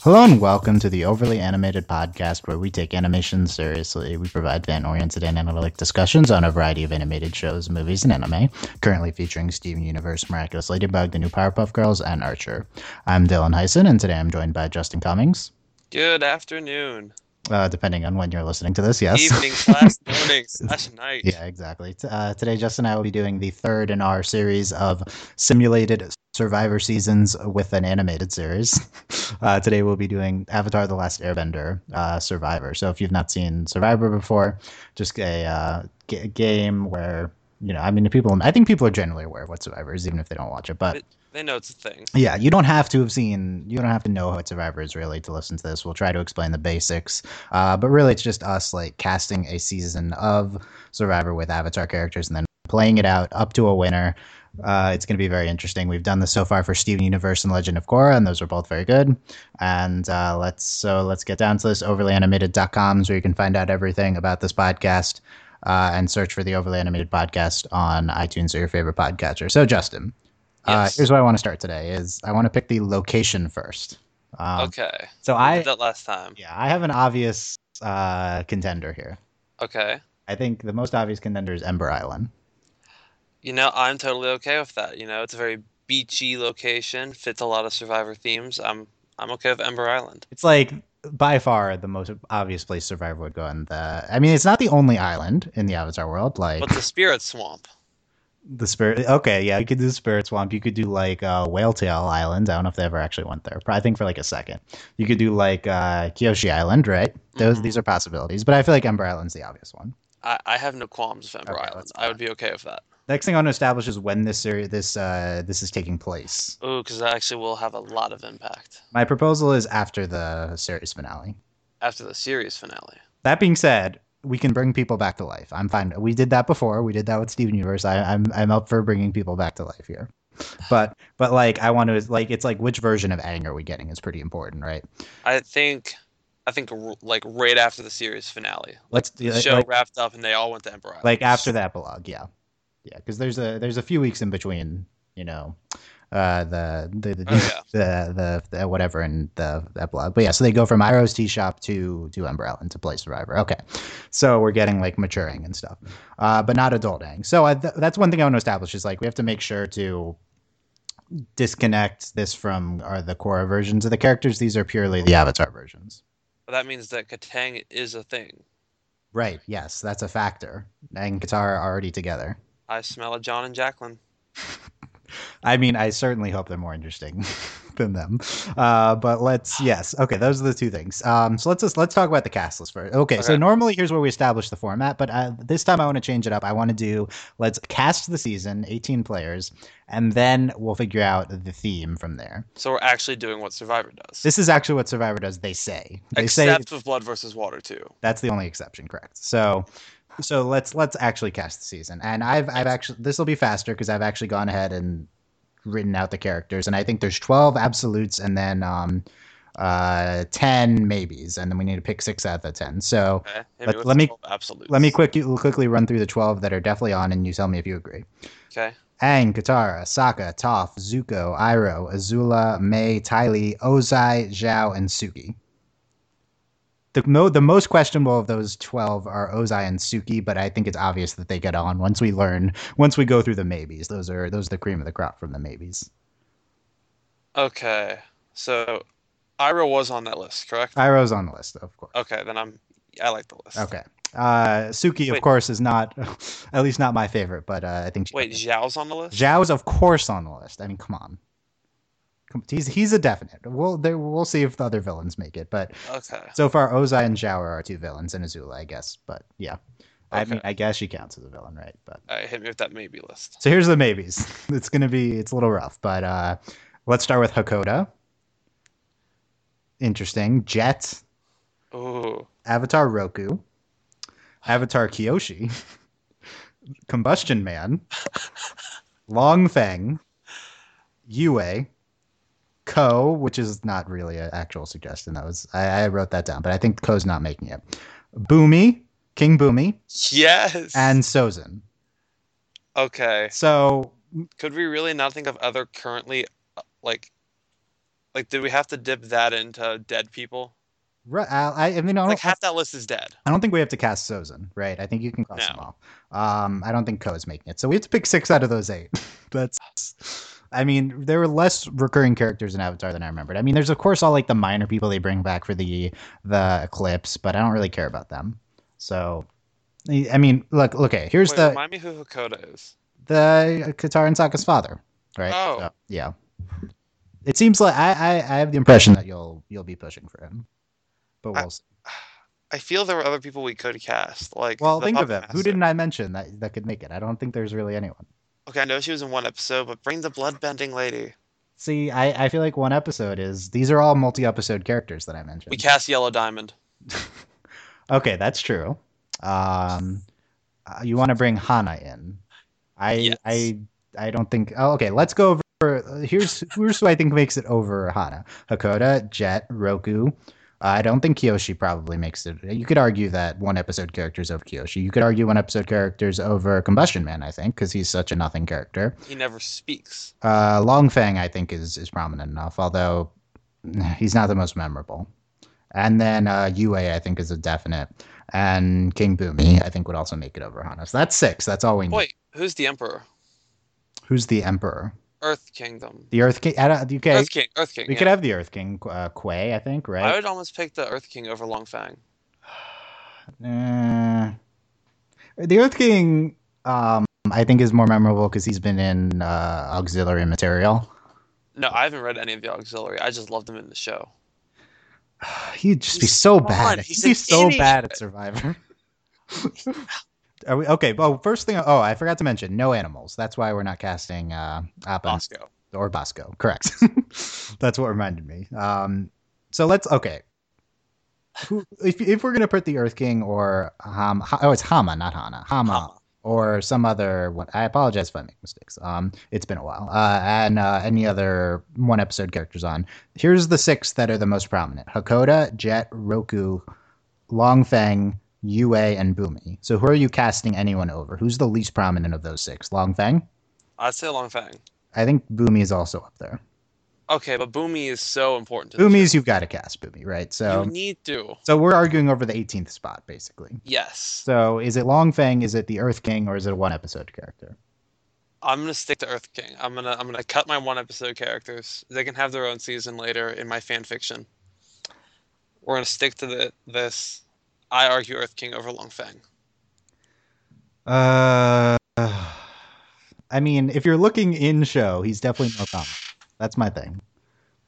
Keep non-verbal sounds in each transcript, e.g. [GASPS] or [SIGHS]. Hello and welcome to the Overly Animated Podcast, where we take animation seriously. We provide fan oriented and analytic discussions on a variety of animated shows, movies, and anime, currently featuring Steven Universe, Miraculous Ladybug, The New Powerpuff Girls, and Archer. I'm Dylan Heisen, and today I'm joined by Justin Cummings, Good afternoon, uh, depending on when you're listening to this, yes. [LAUGHS] evening, slash morning, slash night. Yeah, exactly. T- Uh, today, Justin and I will be doing the third in our series of simulated Survivor seasons with an animated series. [LAUGHS] Uh, today, we'll be doing Avatar: The Last Airbender, uh, Survivor. So, if you've not seen Survivor before, just a uh, g- game where you know, I mean, people. I think people are generally aware of what Survivor is, even if they don't watch it. But They know it's a thing. yeah, you don't have to have seen, you don't have to know what Survivor is really to listen to this. We'll try to explain the basics. Uh, but really, it's just us like casting a season of Survivor with Avatar characters and then playing it out up to a winner. Uh, it's going to be very interesting. We've done this so far for Steven Universe and Legend of Korra, and those are both very good. And uh, let's so let's get down to this overlyanimated.com is where you can find out everything about this podcast uh, and search for the Overly Animated podcast on iTunes or your favorite podcatcher. So Justin, uh, Yes. here's where I want to start today is I want to pick the location first. Um, okay. So I I did that last time. yeah I have an obvious uh, contender here. Okay. I think the most obvious contender is Ember Island. You know, I'm totally okay with that. You know, it's a very beachy location, fits a lot of Survivor themes. I'm I'm okay with Ember Island. It's like by far the most obvious place Survivor would go. And the I mean it's not the only island in the Avatar world. Like But the Spirit Swamp. the spirit. Okay, yeah, you could do Spirit Swamp. You could do like uh, Whale Tail Island. I don't know if they ever actually went there, but I think for like a second. You could do like uh, Kyoshi Island, right? Those Mhm. these are possibilities, but I feel like Ember Island's the obvious one. I, I have no qualms with Ember Okay, Island. let's do I would be okay with that. Next thing I want to establish is when this series, this uh, this is taking place. Ooh, because that actually will have a lot of impact My proposal is after the series finale. after the series finale. That being said, we can bring people back to life. I'm fine. We did that before. We did that with Steven Universe. I, I'm I'm up for bringing people back to life here. But but like I want to like it's like which version of Aang are we getting is pretty important, right? I think, I think r- like right after the series finale, Let's do the like, show like, wrapped up and they all went to Ember Island. like after that blog, yeah, yeah, because there's a there's a few weeks in between, you know, uh, the the the Oh, the, the, the whatever and the that blog, but yeah, so they go from Iroh's tea shop to to Umber Island to play Survivor. Okay, so we're getting like maturing and stuff, uh, but not adulting. So I, th- that's one thing I want to establish is like we have to make sure to disconnect this from our the Korra versions of the characters. These are purely the Avatar versions. But that means that Katang is a thing. Right. Yes, that's a factor. And Katara are already together. I smell a John and Jacqueline. I mean, I certainly hope they're more interesting [LAUGHS] than them. Uh, but [SIGHS] let's yes, okay, those are the two things. Um, so let's just let's talk about the cast list first. Okay, so Okay. normally here's where we establish the format, but uh, this time I want to change it up. I want to do let's cast the season, 18 players, and then we'll figure out the theme from there. So we're actually doing what Survivor does. This is actually what Survivor does. They say they say Except with Blood versus Water too. that's the only exception, correct? So, so let's let's actually cast the season. And I've I've actually this will be faster because I've actually gone ahead and written out the characters. And I think there's twelve absolutes, and then um, uh, ten maybes, and then we need to pick six out of the ten. So Okay? Hit Let- with let the me- 12 absolutes. let me quick quickly run through the twelve that are definitely on, and you tell me if you agree. Okay. Aang, Katara, Sokka, Toph, Zuko, Iroh, Azula, Mei, Tylee, Ozai, Zhao, and Suki. The, mo- the most questionable of those 12 are Ozai and Suki, but I think it's obvious that they get on once we learn, once we go through the maybes. Those are those are the cream of the crop from the maybes. Okay. So Ira was on that list, correct? Iroh's on the list, of course. Okay, then I'm I like the list. Okay. Uh, Suki, of Oh. Wait. course, is not, [LAUGHS] at least not my favorite, but uh, I think she- Wait, Zhao's on the list? Zhao is of course on the list. I mean, come on. Come- He's he's a definite. We'll there, we'll see if the other villains make it, but Okay. so far Ozai and Zhao are our two villains, and Azula, I guess. But yeah, I Okay. mean, I guess she counts as a villain, right? But Alright, hit me with that maybe list. so here's the maybes. [LAUGHS] It's gonna be it's a little rough, but uh, let's start with Hakoda. Interesting. Jet, Ooh. Avatar Roku, Avatar Kyoshi, [LAUGHS] Combustion Man, Long Fang, Yue, Ko, which is not really an actual suggestion. That was I, I wrote that down, but I think Ko's not making it. Boomy, King Boomy, Yes. and Sozin. Okay. So Could we really not think of other currently uh, like Like, did we have to dip that into dead people? Right, uh, I, I mean, I don't, Like half that list is dead. I don't think we have to cast Sozin, right? I think you can cross No. them all. Um, I don't think Ko is making it, so we have to pick six out of those eight. [LAUGHS] That's, I mean, there were less recurring characters in Avatar than I remembered. I mean, there's of course all like the minor people they bring back for the the eclipse, but I don't really care about them. So, I I mean, look, okay, here's Wait, the remind me who Hakoda is. the Katara and Sokka's father, right? Oh. So, yeah. It seems like I, I I have the impression that you'll you'll be pushing for him, but I- we'll see. I feel there were other people we could cast. Like, Well, the think of it. Puppet Who Master. didn't I mention that that could make it? I don't think there's really anyone. Okay, I know she was in one episode, but bring the bloodbending lady. See, I, I feel like one episode is these are all multi episode characters that I mentioned. We cast Yellow Diamond. Okay, that's true. Um, uh, you want to bring Hana in? I Yes. I I don't think. Oh, okay, let's go over. uh, Here's here's who I think makes it over Hana, Hakoda, Jet, Roku. Uh, I don't think Kyoshi probably makes it. You could argue that one episode characters over Kyoshi. You could argue one episode characters over Combustion Man. I think because he's such a nothing character. He never speaks. Uh, Longfang, I think, is is prominent enough, although he's not the most memorable. And then uh, Yue, I think, is a definite. And King Bumi, I think, would also make it over Hana. So that's six. That's all we need. Wait, who's the Emperor? Who's the emperor? Earth Kingdom. The Earth King. I don't- okay, Earth King. Earth King. we yeah. could have the Earth King, uh, Kuei, I think, I right? would almost pick the Earth King over Longfang. Uh, the Earth King, um, I think, is more memorable because he's been in uh, auxiliary material. No, I haven't read any of the auxiliary. I just loved him in the show. [SIGHS] He'd just be He's so gone. bad. He's He'd be an so idiot. bad at Survivor. [LAUGHS] Are we okay? Well, first thing. Oh, I forgot to mention, no animals. That's why we're not casting uh, Appa and- Bosco. or Bosco. Correct. [LAUGHS] That's what reminded me. Um, so let's okay. Who- If, if we're gonna put the Earth King or Ham, Ha- oh, it's Hama, not Hana. Hama, Hama. or some other one. I apologize if I make mistakes. Um, it's been a while. Uh, and uh, any other one episode characters on. Here's the six that are the most prominent: Hakoda, Jet, Roku, Longfang, Yue, and Bumi. So who are you casting anyone over? Who's the least prominent of those six? Longfang. I'd say Longfang. I think Bumi is also up there. Okay, but Boomy is so important to the Bumi's you've got to cast Bumi, right? So show. You need to. so we're arguing over the 18th spot basically. Yes. So is it Longfang? Is it the Earth King? Or is it a one episode character? I'm gonna stick to Earth King. I'm gonna I'm gonna cut my one episode characters. They can have their own season later in my fan fiction. We're gonna stick to the this. I argue Earth King over Longfang. Uh, [SIGHS] I mean, if you're looking in show, he's definitely no common. That's my thing.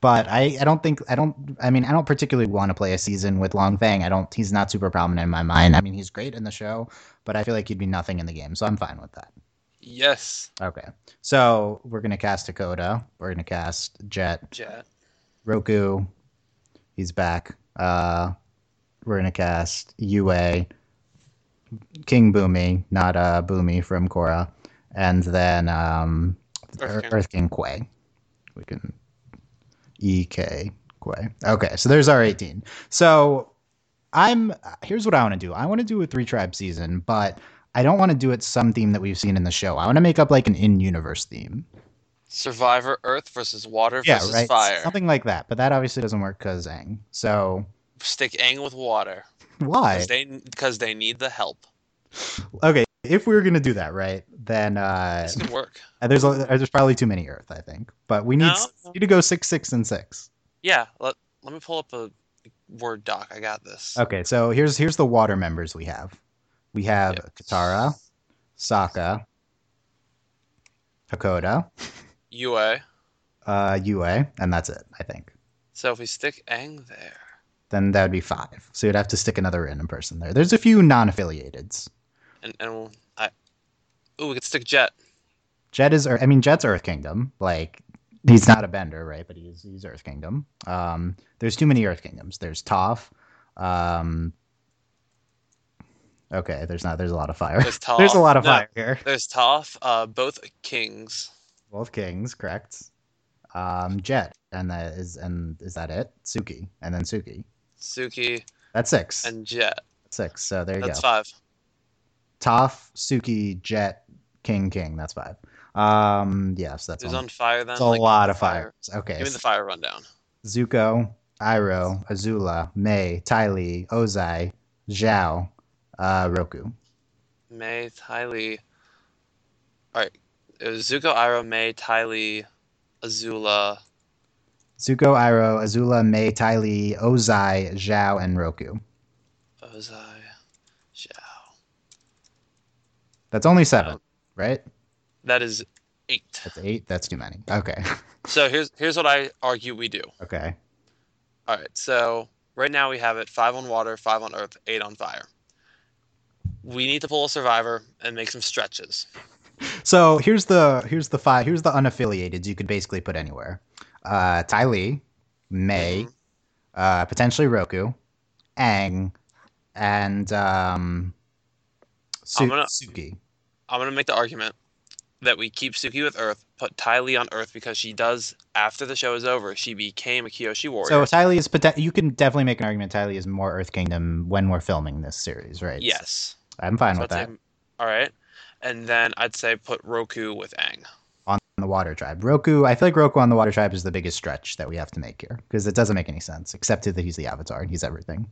But I, I don't think I don't I mean I don't particularly want to play a season with Long Fang. I don't he's not super prominent in my mind. I mean he's great in the show, but I feel like he'd be nothing in the game, so I'm fine with that. Yes, Okay. So we're gonna cast Dakota. We're gonna cast Jet. Jet. Roku, he's back. Uh, we're gonna cast Yue, King Boomy, not uh Boomy from Korra, and then um, Earth Earth, King. Earth King Quay. We can E K Quay. Okay, so there's our eighteen. So I'm here's what I want to do. I want to do a three tribe season, but I don't want to do it some theme that we've seen in the show. I want to make up like an in universe theme. Survivor Earth versus Water Yeah, versus right. Fire. Something like that. But that obviously doesn't work because Aang. So Stick Aang with Water why? because they because they need the help. Okay, if we were gonna do that, right? Then uh, This could work. there's a, there's probably too many Earth, I think. But we need No? s- you to go six, six, and six. Yeah. Let let me pull up a word doc. I got this. Okay, so here's here's the water members we have. We have Katara, Sokka, Hakoda, UA. uh, Yue, and that's it. I think. So if we stick Aang there, Then that would be five. So you'd have to stick another random person there. There's a few non-affiliateds. and and we'll, I, ooh, we could [LAUGHS] stick Jet. Jet is, Ear- I mean, Jet's Earth Kingdom. Like, he's not a bender, right? But he's he's Earth Kingdom. Um, there's too many Earth Kingdoms. There's Toph. Um, okay, there's not. There's a lot of fire. There's [LAUGHS] Toph. There's a lot of No, fire here. There's Toph, uh, both kings. Both kings, correct? Um, Jet, and that is, and is that it? Suki, and then Suki. Suki That's six. and Jet. six. So there you That's go. five. Toph, Suki, Jet, King, King. That's five. Um, yes, that's Who's all. on fire then? It's a Like, lot of fire. fires. Okay, Give me the fire rundown. Zuko, Iroh, Azula, Mei, Ty Lee, Ozai, Zhao, uh, Roku. May, Ty Lee. All right. It was Zuko, Iroh, May, Ty Lee, Azula. Zuko, Iroh, Azula, Mei, Ty Lee, Ozai, Zhao, and Roku. Ozai, Zhao. That's only seven, right? That is eight. That's eight. That's too many. Okay. [LAUGHS] So here's here's what I argue we do. Okay. All right. So right now we have it five on water, five on earth, eight on fire. We need to pull a survivor and make some stretches. So here's the here's the five here's the unaffiliated you could basically put anywhere. Uh, Ty Lee, May, Mhm. uh, potentially Roku, Aang, and um, Su- I'm gonna- Suki. I'm gonna make the argument that we keep Suki with Earth, put Ty Lee on Earth because she does. After the show is over, she became a Kyoshi warrior. So Ty Lee is poten- you can definitely make an argument. Ty Lee is more Earth Kingdom when we're filming this series, right? yes. I'm fine So with I'd that. say- all right, and then I'd say put Roku with Aang. On the Water Tribe, Roku. I feel like Roku on the Water Tribe is the biggest stretch that we have to make here because it doesn't make any sense, except that he's the Avatar and he's everything.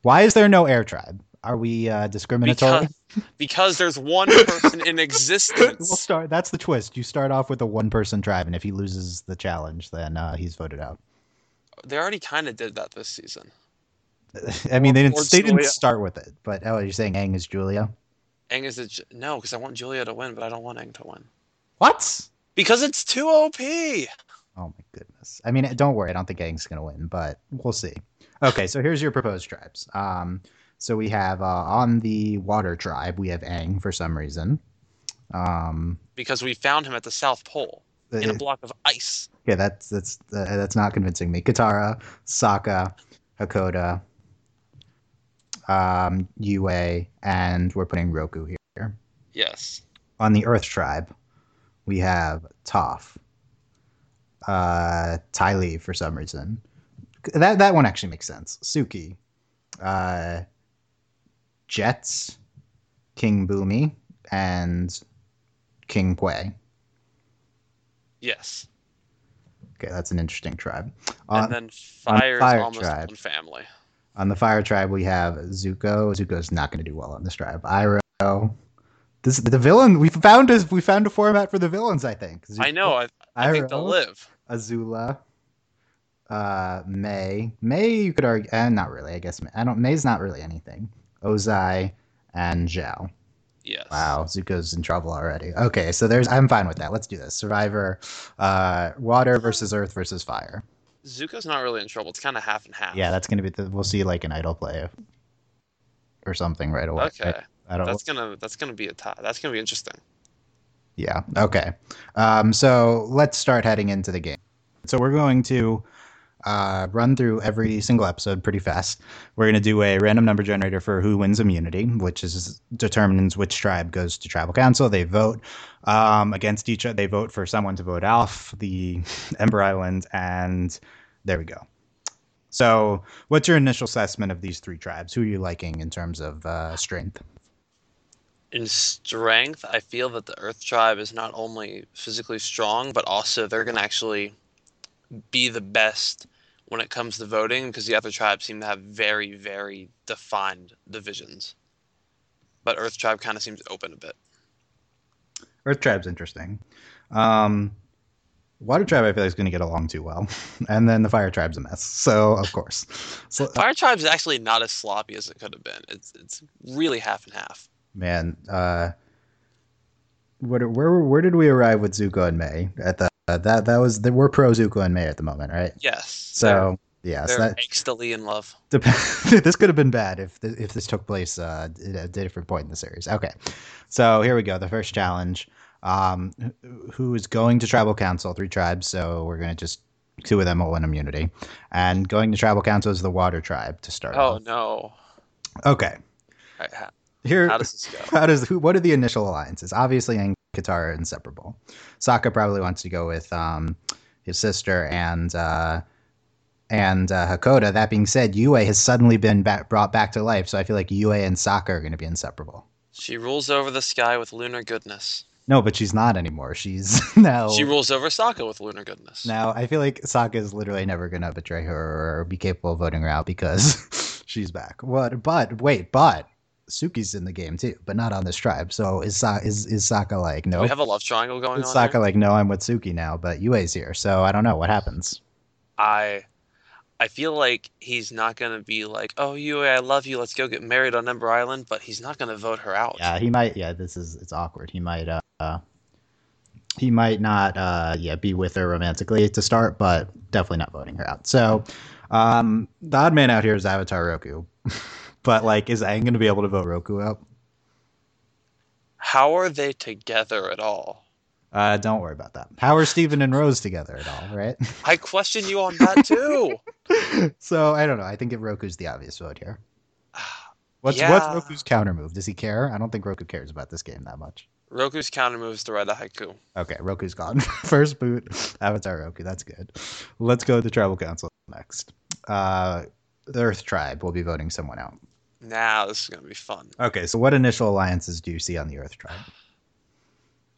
Why is there no Air Tribe? Are we uh, discriminatory? [LAUGHS] Because, because there's one person in we'll [LAUGHS] existence. start. That's the twist. You start off with a one-person tribe, and if he loses the challenge, then uh, he's voted out. [LAUGHS] They already kind of did that this season. I mean, they didn't. Or They didn't Julia. start with it, but oh, you're saying Aang is Julia? Aang is a, Ju- no, because I want Julia to win, but I don't want Aang to win What? because it's too OP. Oh my goodness. I mean, don't worry. I don't think Aang's going to win, but we'll see. Okay, so here's your proposed tribes. Um, so we have uh, on the water tribe, we have Aang for some reason. Um, Because we found him at the South Pole in a uh, block of ice. yeah, that's that's uh, that's not convincing me. Katara, Sokka, Hakoda, um, Yue, and we're putting Roku here. Yes. On the Earth tribe, we have Toph, uh, Ty Lee for some reason. That that one actually makes sense. Suki, uh, Jets, King Boomy, and King Pui. Yes. Okay, that's an interesting tribe. and On, then fire Fire is almost Tribe. on family. on the Fire Tribe, we have Zuko. Zuko's not going to do well on this tribe. Iroh. This the villain. We found a we found a format for the villains. I think. I know. I, I think they'll Iroh. live. Azula, uh, May. May, you could argue, uh, not really. I guess May, I don't. May's not really anything. Ozai and Zhao. Yes. Wow, Zuko's in trouble already. Okay, so there's. I'm fine with that. Let's do this. Survivor, uh, water versus earth versus fire. Zuko's not really in trouble. It's kind of half and half. Yeah, that's gonna be. The, we'll see like an idol play or something right away. okay. I don't. That's gonna that's gonna be a tie. That's gonna be interesting. Yeah. Okay. Um, so let's start heading into the game. So we're going to uh, run through every single episode pretty fast. We're going to do a random number generator for who wins immunity, which is determines which tribe goes to tribal council. They vote um, against each other. They vote for someone to vote off the [LAUGHS] Ember Island, and there we go. So, what's your initial assessment of these three tribes? Who are you liking in terms of uh, strength? In strength, I feel that the Earth Tribe is not only physically strong, but also they're gonna actually be the best when it comes to voting because the other tribes seem to have very very defined divisions. But Earth Tribe kind of seems open a bit. Earth Tribe's interesting. Um, Water Tribe, I feel like, is going to get along too well. [LAUGHS] And then the Fire Tribe's a mess. So, of course. So, uh, Fire Tribe is actually not as sloppy as it could have been. It's it's really half and half. man, uh, what, where where did we arrive with Zuko and May at the uh, that that was we're pro Zuko and May at the moment, right? Yes. So yes, they're, that they're angstily in love. Dep- [LAUGHS] this could have been bad if th- if this took place uh, at a different point in the series. Okay, so here we go. The first challenge: um, wh- who is going to tribal council? Three tribes. So we're gonna just two of them will win immunity, and going to tribal council is the water tribe to start. Oh off. no! okay. All right, how, Here, how does this go? how does who? What are the initial alliances? Obviously, Aang and Katara are inseparable. Sokka probably wants to go with um, his sister and uh, and uh, Hakoda. That being said, Yue has suddenly been ba- brought back to life, so I feel like Yue and Sokka are going to be inseparable. She rules over the sky with lunar goodness. No, but she's not anymore. She's [LAUGHS] now. She rules over Sokka with lunar goodness. Oh. now I feel like Sokka is literally never gonna betray her or be capable of voting her out because [LAUGHS] she's back. What? But wait, but Suki's in the game too, but not on this tribe. So is Sa- is is Sokka like Do no? We have a love triangle going Is on. Sokka here? like no? I'm with Suki now, but Yue's here, so I don't know what happens. I, I feel like he's not gonna be like, oh Yue, I love you. Let's go get married on Ember Island. But he's not gonna vote her out. Yeah, he might. Yeah, this is it's awkward. He might. uh, uh He might not. uh Yeah, be with her romantically to start, but definitely not voting her out. So, um the odd man out here is Avatar Roku, [LAUGHS] but like, is Aang going to be able to vote Roku out? How are they together at all? Uh, don't worry about that. How are Steven and Rose together at all, right? [LAUGHS] I question you on that too. [SIGHS] so I don't know. I think if Roku's the obvious vote here. What's what's Yeah. Roku's counter move? Does he care? I don't think Roku cares about this game that much. Roku's counter moves to write a haiku. Okay, Roku's gone. [LAUGHS] First boot, Avatar Roku. That's good. Let's go to the Tribal Council next. Uh, the Earth Tribe will be voting someone out. Now this is gonna be fun. Okay, so what initial alliances do you see on the Earth Tribe?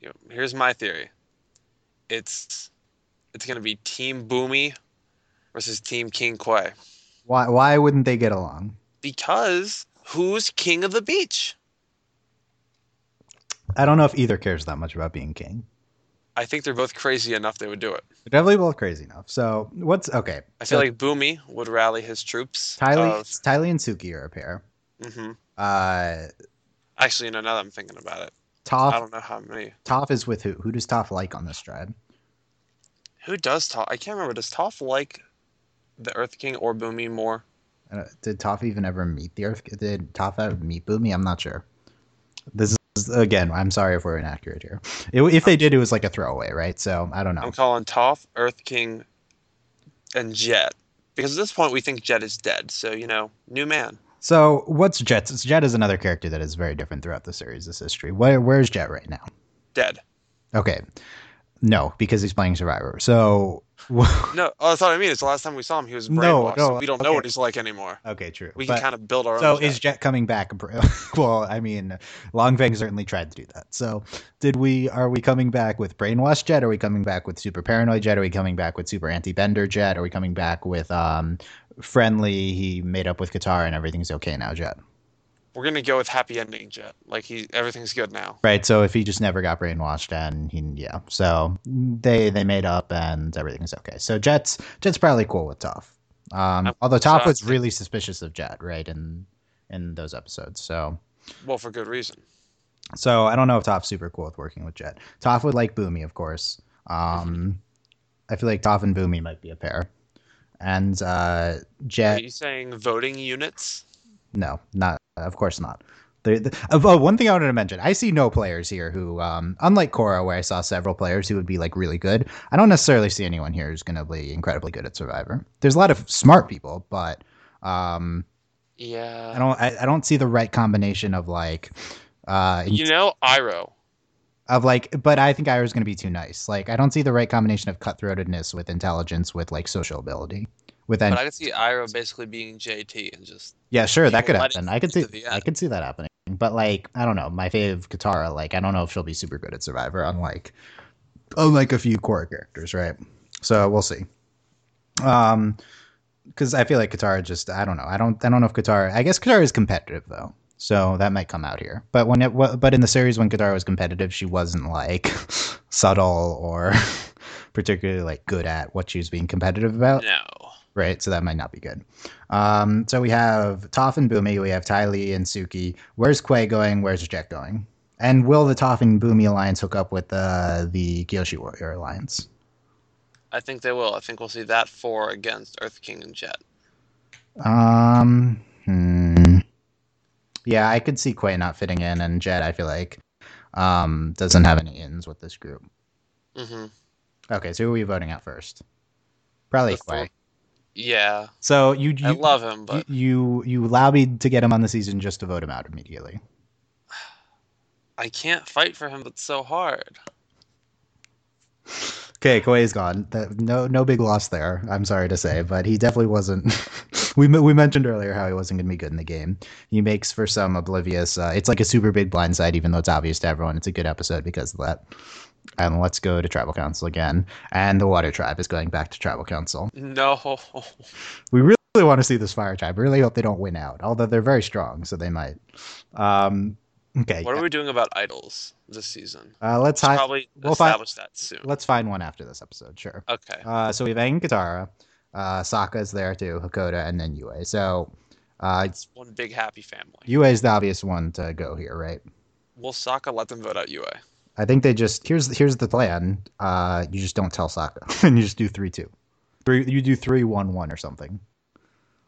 You know, here's my theory. It's, it's gonna be Team Boomy, versus Team King Koi. Why why wouldn't they get along? Because who's king of the beach? I don't know if either cares that much about being king. I think they're both crazy enough they would do it. They're definitely both crazy enough. So what's okay? I feel like Boomy would rally his troops. Tylee, Tylee and Suki are a pair. hmm Uh, Actually, no, now that I'm thinking about it, I Toph, don't know how many. Toph is with who? Who does Toph like on this tribe? Who does Toph? I can't remember. Does Toph like the Earth King or Boomy more? I don't- uh, Did Toph even ever meet the Earth? Did Toph ever meet Boomy? I'm not sure. This is again. I'm sorry if we're inaccurate here. It, if they did, it was like a throwaway, right? So I don't know. I'm calling Toph, Earth King, and Jet. Because at this point, we think Jet is dead. So, you know, new man. So what's Jet? Jet is another character that is very different throughout the series' history. Where where's Jet right now? Dead. Okay, no, because he's playing Survivor. So [LAUGHS] No, oh, that's what I mean. It's the last time we saw him, he was No, brainwashed. no, so we don't know okay. what he's like anymore. okay, true. We can But- kind of build our So own. is Jet. Jet coming back? [LAUGHS] Well, I mean, Longfang certainly tried to do that. So did we? Are we coming back with brainwashed Jet? Are we coming back with super paranoid Jet? Are we coming back with super anti Bender Jet? Are we coming back with um, friendly? He made up with Qatar and everything's okay now, Jet. We're gonna go with happy ending Jet. Like he, everything's good now. Right. So if he just never got brainwashed and he, yeah. So they they made up and everything's okay. So Jet's Jet's probably cool with Toph. Um, I'm although Toph was shocked. really suspicious of Jet, right? In in those episodes, so. Well, for good reason. So I don't know if Toph's super cool with working with Jet. Toph would like Boomy, of course. Um, I feel like Toph and Boomy might be a pair. And uh, Are Jet, you saying voting units? no, not of course not. They're- The, oh, oh, one thing I wanted to mention: I see no players here who, um, unlike Korra, where I saw several players who would be like really good. I don't necessarily see anyone here who's going to be incredibly good at Survivor. There's a lot of smart people, but um, Yeah. I don't, I, I don't see the right combination of like uh, you know, Iro. of like but i think ira's going to be too nice like i don't see the right combination of cutthroatedness with intelligence with like social ability with But any I could see Iro basically being JT and just yeah sure that people could let it happen i could to see the i end. could see that happening but like i don't know my fave katara like i don't know if she'll be super good at survivor unlike unlike a few core characters right so we'll see um because i feel like katara just i don't know i don't i don't know if katara i guess katara is competitive though so that might come out here but when it wa- but in the series when katara was competitive she wasn't like [LAUGHS] subtle or [LAUGHS] particularly like good at what she was being competitive about no. right? So that might not be good. Um, so we have Toph and Boomy, we have Ty Lee and Suki. Where's Quay going? Where's Jet going? And will the Toph and Boomy alliance hook up with uh, the Kyoshi Warrior alliance? I think they will. I think we'll see that four against Earth King and Jet. Um, hmm. Yeah, I could see Quay not fitting in, and Jet, I feel like, um, doesn't have any ins with this group. Mm-hmm. Okay, so who are we voting out first? Probably The four- Quay. Yeah, So you, you I love him, but you you you lobbied to get him on the season just to vote him out immediately. I can't fight for him. It's so hard. Okay, Kawhi's gone. That, no, no big loss there. I'm sorry to say, but he definitely wasn't [LAUGHS] we we mentioned earlier how he wasn't going to be good in the game. He makes for some oblivious. Uh, it's like a super big blindside, even though it's obvious to everyone. It's a good episode because of that. And let's go to Tribal Council again. And the Water Tribe is going back to Tribal Council. No. We really want to see this Fire Tribe. Really hope they don't win out, although they're very strong, so they might. Um, okay. What are we doing about idols this season? uh, let's Let's hi- probably we'll find- establish that soon. let's find one after this episode. Sure. Okay. Uh, so we have Aang Katara, uh, Sokka's there too, Hakoda, and then Yue. So uh, it's One big happy family. Yue is the obvious one to go here, right? Will Sokka let them vote out Yue? I think they just here's here's the plan. Uh, you just don't tell Sokka, [LAUGHS] and you just do three two, three. You do three one one or something.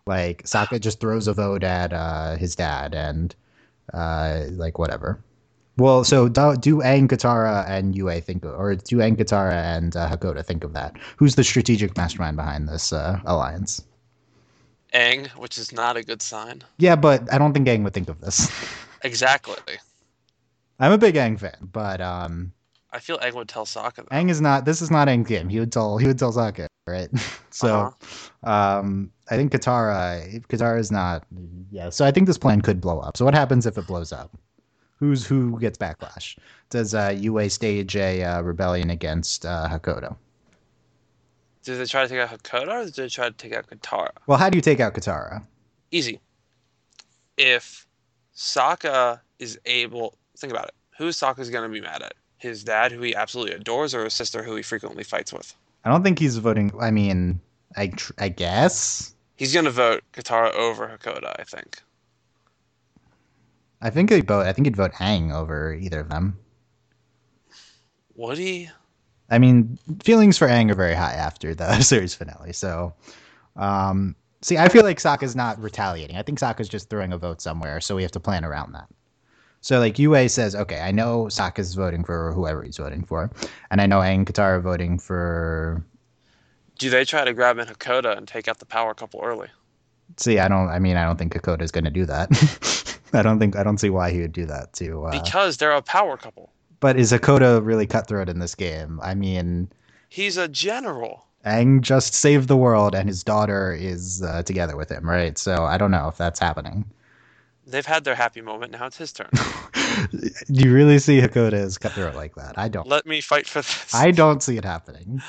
Like Sokka just throws a vote at uh, his dad and uh, like whatever. Well, so do, do Aang, Katara, and Yue think, or do Aang, Katara, and uh, Hakoda think of that? Who's the strategic mastermind behind this uh, alliance? Aang, which is not a good sign. Yeah, but I don't think Aang would think of this. Exactly. I'm a big Aang fan, but um, I feel Aang would tell Sokka that. Aang is not. This is not Aang's game. He would tell. He would tell Sokka, right? [LAUGHS] so, um, I think Katara. Katara is not. Yeah. So I think this plan could blow up. So what happens if it blows up? Who's who gets backlash? Does uh, Yue stage a uh, rebellion against uh, Hakoda? Did they try to take out Hakoda or did they try to take out Katara? Well, how do you take out Katara? Easy. If Sokka is able, think about it. Who Sokka's going to be mad at? His dad, who he absolutely adores, or his sister, who he frequently fights with? I don't think he's voting. I mean, I tr- I guess. He's going to vote Katara over Hakoda, I think. I think he'd vote. I think he'd vote Aang over either of them. Would he? I mean, feelings for Aang are very high after the [LAUGHS] series finale. So, um, see, I feel like Sokka's not retaliating. I think Sokka's just throwing a vote somewhere, so we have to plan around that. So, like, Yue says, okay, I know Sokka's voting for whoever he's voting for, and I know Aang and Katara are voting for. Do they try to grab in Hakoda and take out the power couple early? See, I don't. I mean, I don't think Hakoda's going to do that. [LAUGHS] I don't think. I don't see why he would do that to. Uh, Because they're a power couple. but is Hakoda really cutthroat in this game? I mean, He's a general. Aang just saved the world, and his daughter is uh, together with him, right? So I don't know if that's happening. [LAUGHS] They've had their happy moment. Now it's his turn. Do you really see Hakoda as cutthroat like that? I don't. Let me fight for this. I don't see it happening.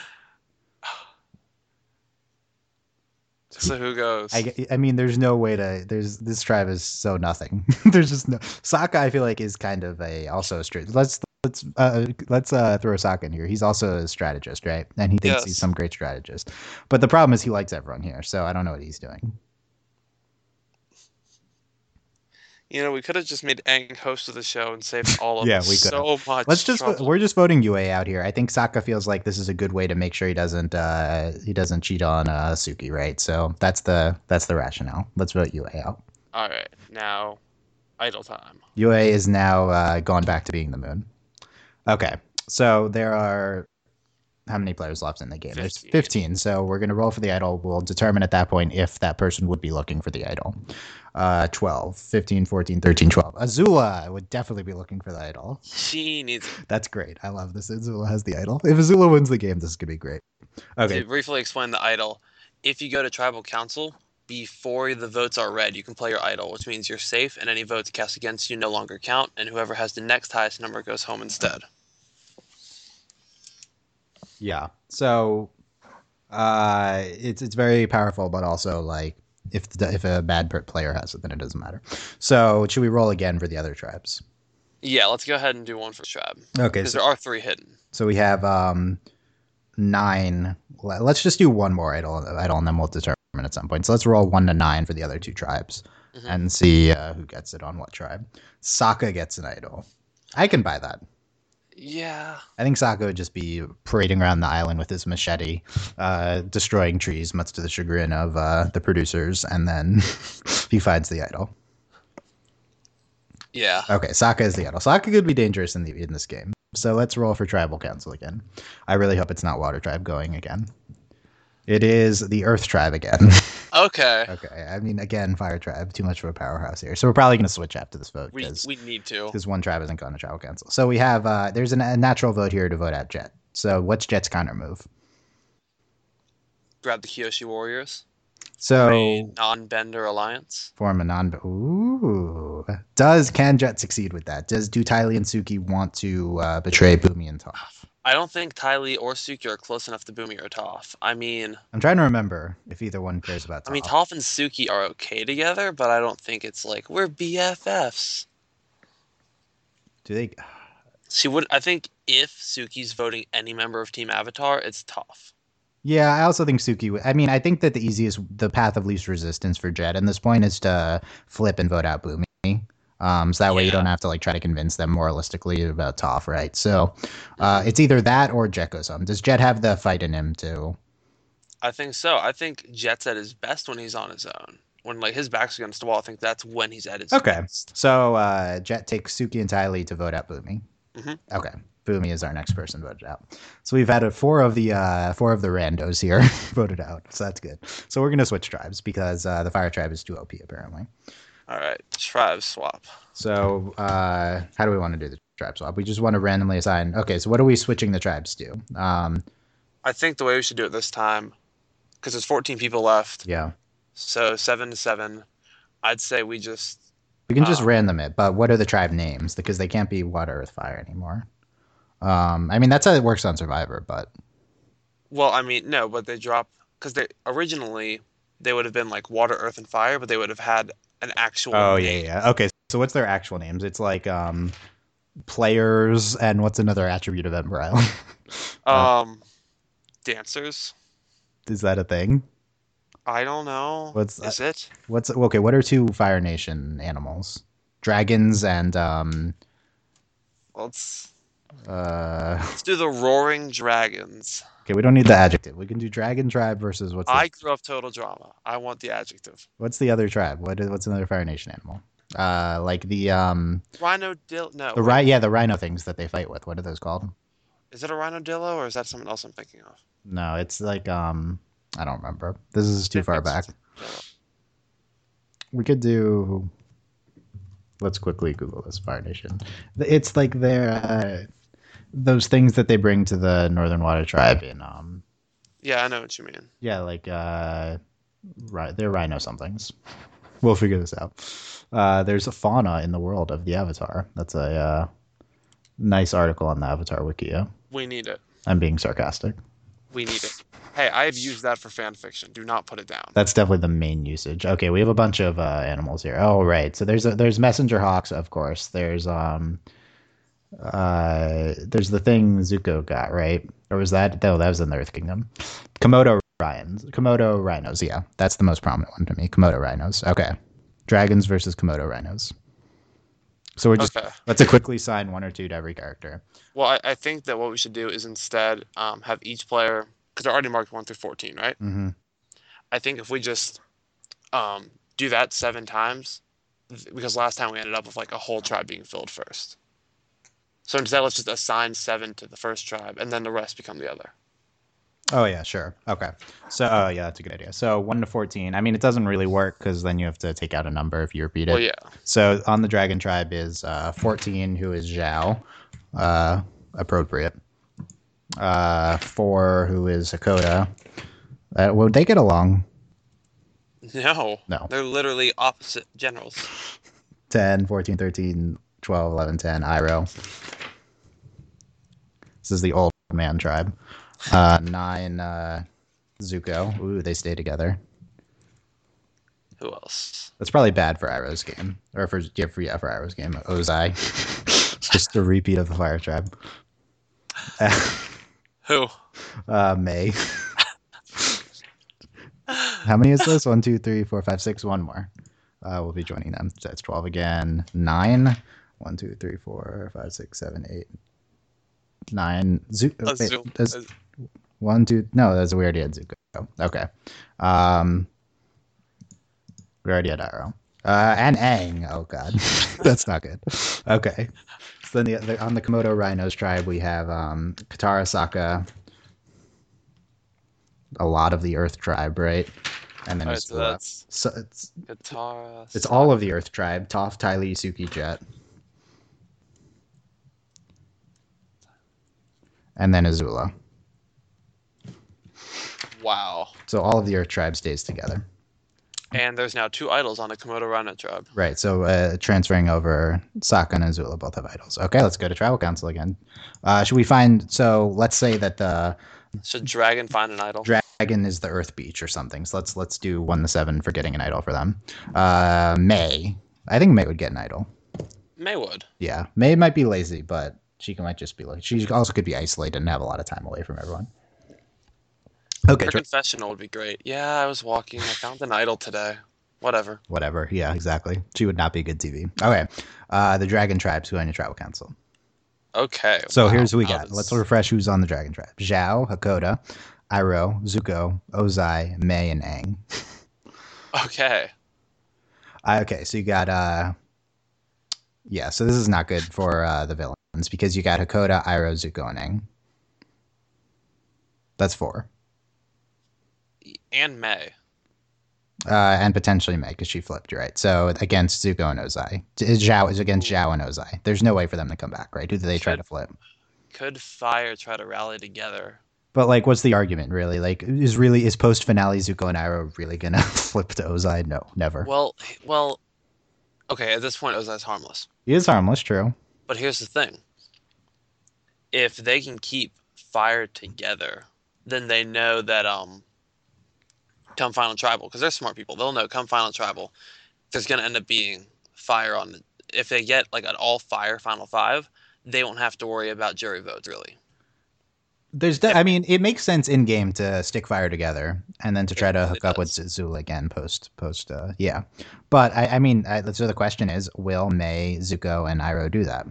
so who goes? I, I mean, there's no way to. There's this tribe is so nothing. [LAUGHS] there's just no. Sokka, I feel like, is kind of a also a straight. Let's let's uh, let's uh, throw Sokka in here. He's also a strategist, right? And he thinks Yes. he's some great strategist. But the problem is he likes everyone here, so I don't know what he's doing. You know, we could have just made Aang host of the show and saved all of Yeah, us we could so much. Let's just trouble. we're just voting UA out here. I think Sokka feels like this is a good way to make sure he doesn't uh, he doesn't cheat on uh, Suki, right? So that's the that's the rationale. Let's vote UA out. All right, now idle time. UA is now uh, gone back to being the moon. Okay, so there are how many players left in the game? There's 15. 15. So we're going to roll for the idol. We'll determine at that point if that person would be looking for the idol. Uh, 12, 15, 14, 13, 12. Azula would definitely be looking for the idol. She needs it. That's great. I love this. Azula has the idol. If Azula wins the game, this is going to be great. Okay. to briefly explain the idol. If you go to tribal council before the votes are read, you can play your idol, which means you're safe, and any votes cast against you no longer count, and whoever has the next highest number goes home instead. Yeah. So uh it's it's very powerful but also like if the, if a bad per- player has it then it doesn't matter. So should we roll again for the other tribes? Yeah, let's go ahead and do one for Shab Okay. because So, there are three hidden. so we have um 9 Le- let's just do one more idol idol and then we'll determine at some point. So let's roll 1 to 9 for the other two tribes Mhm. and see uh, who gets it on what tribe. Sokka gets an idol. I can buy that. Yeah, I think Sokka would just be parading around the island with his machete, uh, destroying trees, much to the chagrin of uh, the producers, and then [LAUGHS] he finds the idol. yeah. Okay, Sokka is the idol. Sokka could be dangerous in the in this game. So let's roll for tribal council again. I really hope it's not water tribe going again. It is the earth tribe again. [LAUGHS] Okay, okay, I mean again fire tribe. Too much of a powerhouse here. So we're probably going to switch after this vote we because we need to. because one tribe isn't going to tribal council. So we have uh, there's an, a natural vote here to vote out Jet. So what's Jet's counter move? grab the Kyoshi Warriors. So a non-bender alliance. form a non. Ooh, does Kanjet succeed with that? Does do Tylee and Suki want to uh, betray Boomy and Toph? I don't think Ty Lee or Suki are close enough to Boomy or Toph. I mean, I'm trying to remember if either one cares about Toph. I mean, Toph and Suki are okay together, but I don't think it's like we're BFFs. do they? She would. I think if Suki's voting any member of Team Avatar, it's Toph. Yeah, I also think Suki. would- I mean, I think that the easiest, the path of least resistance for Jed in this point is to flip and vote out Boomy. Um, so that way you Yeah. don't have to like try to convince them moralistically about Toph, right? So uh, it's either that or Jet goes home. Does Jed have the fight in him too? I think so. I think Jet's at his best when he's on his own. When like his back's against the wall, I think that's when he's at his Okay. best. So uh, Jet takes Suki and Ty Lee to vote out Boomy. Mhm. Okay. Boomy is our next person voted out. So we've had a four of the uh, four of the randos here [LAUGHS] voted out. So that's good. So we're gonna switch tribes because uh, the fire tribe is too OP apparently. All right, tribe swap. So uh, how do we want to do the tribe swap? We just want to randomly assign. Okay. So what are we switching the tribes to? Um, I think the way we should do it this time, because there's 14 people left, yeah. so seven to seven. I'd say we just We can just Uh, random it, but what are the tribe names? Because they can't be water, earth, fire anymore. Um, I mean that's how it works on Survivor, but Well, I mean, no, but they drop because they originally they would have been like water, earth, and fire, but they would have had an actual. Oh yeah, name. yeah. Okay, so what's their actual names? It's like um, players, and what's another attribute of Ember Island? [LAUGHS] Uh, Um, dancers. Is that a thing? I don't know. What's- is it? What's okay? What are two Fire Nation animals? Dragons and um, Let's uh, let's do the roaring dragons. okay. We don't need the adjective. We can do dragon tribe versus what's the, I grew up total drama. I want the adjective. what's the other tribe? What is, what's another Fire Nation animal? Uh, like the um, Rhino dill. No, the ri- yeah, the rhino things that they fight with. What are those called? is it a rhino dillo or is that something else I'm thinking of? No, it's like um, I don't remember. This is too far back. We could do. Let's quickly Google this Fire Nation. It's like their uh, those things that they bring to the Northern Water Tribe in um Yeah, I know what you mean. yeah like uh ri- they're rhino somethings. [LAUGHS] We'll figure this out. Uh, there's a fauna in the world of the Avatar. That's a uh, nice article on the Avatar Wikia. We need it. I'm being sarcastic. We need it. Hey, I have used that for fan fiction. Do not put it down. That's definitely the main usage. Okay, we have a bunch of uh, animals here. Oh, right. So there's a, there's messenger hawks, of course. There's um, uh, there's the thing Zuko got right, or was that no? That was in the Earth Kingdom. Komodo rhinos. Komodo rhinos. Yeah, that's the most prominent one to me. Komodo rhinos. Okay, dragons versus Komodo rhinos. So we're just Okay. let's quickly sign one or two to every character. Well, I, I think that what we should do is instead um, have each player, because they're already marked 1 through 14, right? Mm-hmm. I think if we just um, do that seven times, th- because last time we ended up with like a whole tribe being filled first. So instead, let's just assign seven to the first tribe, and then the rest become the other. Oh yeah, sure. Okay. So oh yeah, that's a good idea. So one to fourteen. I mean, it doesn't really work because then you have to take out a number if you repeat it. Well, yeah. So on the dragon tribe is uh, fourteen, who is Zhao, uh, appropriate. Uh, four, who is Hakoda. Uh, would they get along? No. No. They're literally opposite generals. 10, 14, 13, 12, 11, 10, Iroh. This is the old man tribe. Uh, nine, uh, Zuko. Ooh, they stay together. Who else? That's probably bad for Iroh's game, or for yeah, for, yeah, for Iroh's game. [LAUGHS] Ozai, it's just a repeat of the Fire Tribe. Uh, Who? uh, May. How many is this? One, two, three, four, five, six. One more. Uh, we'll be joining them. So That's twelve again. Nine. One, two, three, four, five, six, seven, eight, nine. Zu- A wait, Zoom- that's- a- one, two. No, that's we already had Zuko. Okay. Um, we already had Iroh. Uh, and Aang. Oh god, that's not good. Okay. So then the, the on the Komodo Rhinos tribe we have um, Katara Saka. A lot of the Earth tribe, right? And then Alright, it's, uh, so that's so it's Katara. it's all of the Earth tribe: Toph, Ty Lee, Suki, Jet, and then Azula. Wow. So all of the Earth tribe stays together. and there's now two idols on the Komodo Rana tribe. Right. So uh, transferring over Sakon and Azula, both have idols. Okay, let's go to Tribal Council again. Uh, should we find? So let's say that the Should Dragon find an idol? dragon is the Earth Beach or something. So let's let's do one to seven for getting an idol for them. Uh, May. I think May would get an idol. Maywood. Yeah, May might be lazy, but she might just be like she also could be isolated and have a lot of time away from everyone. Okay, Her tr- confessional would be great. Yeah, I was walking. I found an idol today. Whatever. whatever. Yeah, exactly. She would not be a good TV. Okay, uh, the Dragon Tribes who are on your tribal council. Okay. So wow, here's what we that got. was- Let's refresh who's on the Dragon Tribe: Zhao, Hakoda, Iroh, Zuko, Ozai, May, and Aang. Okay. Uh, okay, so you got uh Yeah, so this is not good for uh the villains because you got Hakoda, Iroh, Zuko, and Aang. That's four. And May. Uh and potentially Meg because she flipped, right? So against Zuko and Ozai. Is Zhao is against Zhao and Ozai. There's no way for them to come back, right? Who do they try to flip? Could Fire try to rally together? But like what's the argument really? Like is really is post finale Zuko and Iroh really gonna [LAUGHS] flip to Ozai? No, never. Well, h- well. Okay. At this point, Ozai's harmless. he is harmless, true. But here's the thing. If they can keep Fire together, then they know that um come final tribal because they're smart people. They'll know come final tribal there's going to end up being fire on the if they get like an all fire final 5, they won't have to worry about jury votes really. There's, de- I mean, it makes sense in game to stick fire together and then to try to really hook up with does. Zula again post post. Uh, yeah, but I, I mean, I, so the question is, will May, Zuko, and Iroh do that?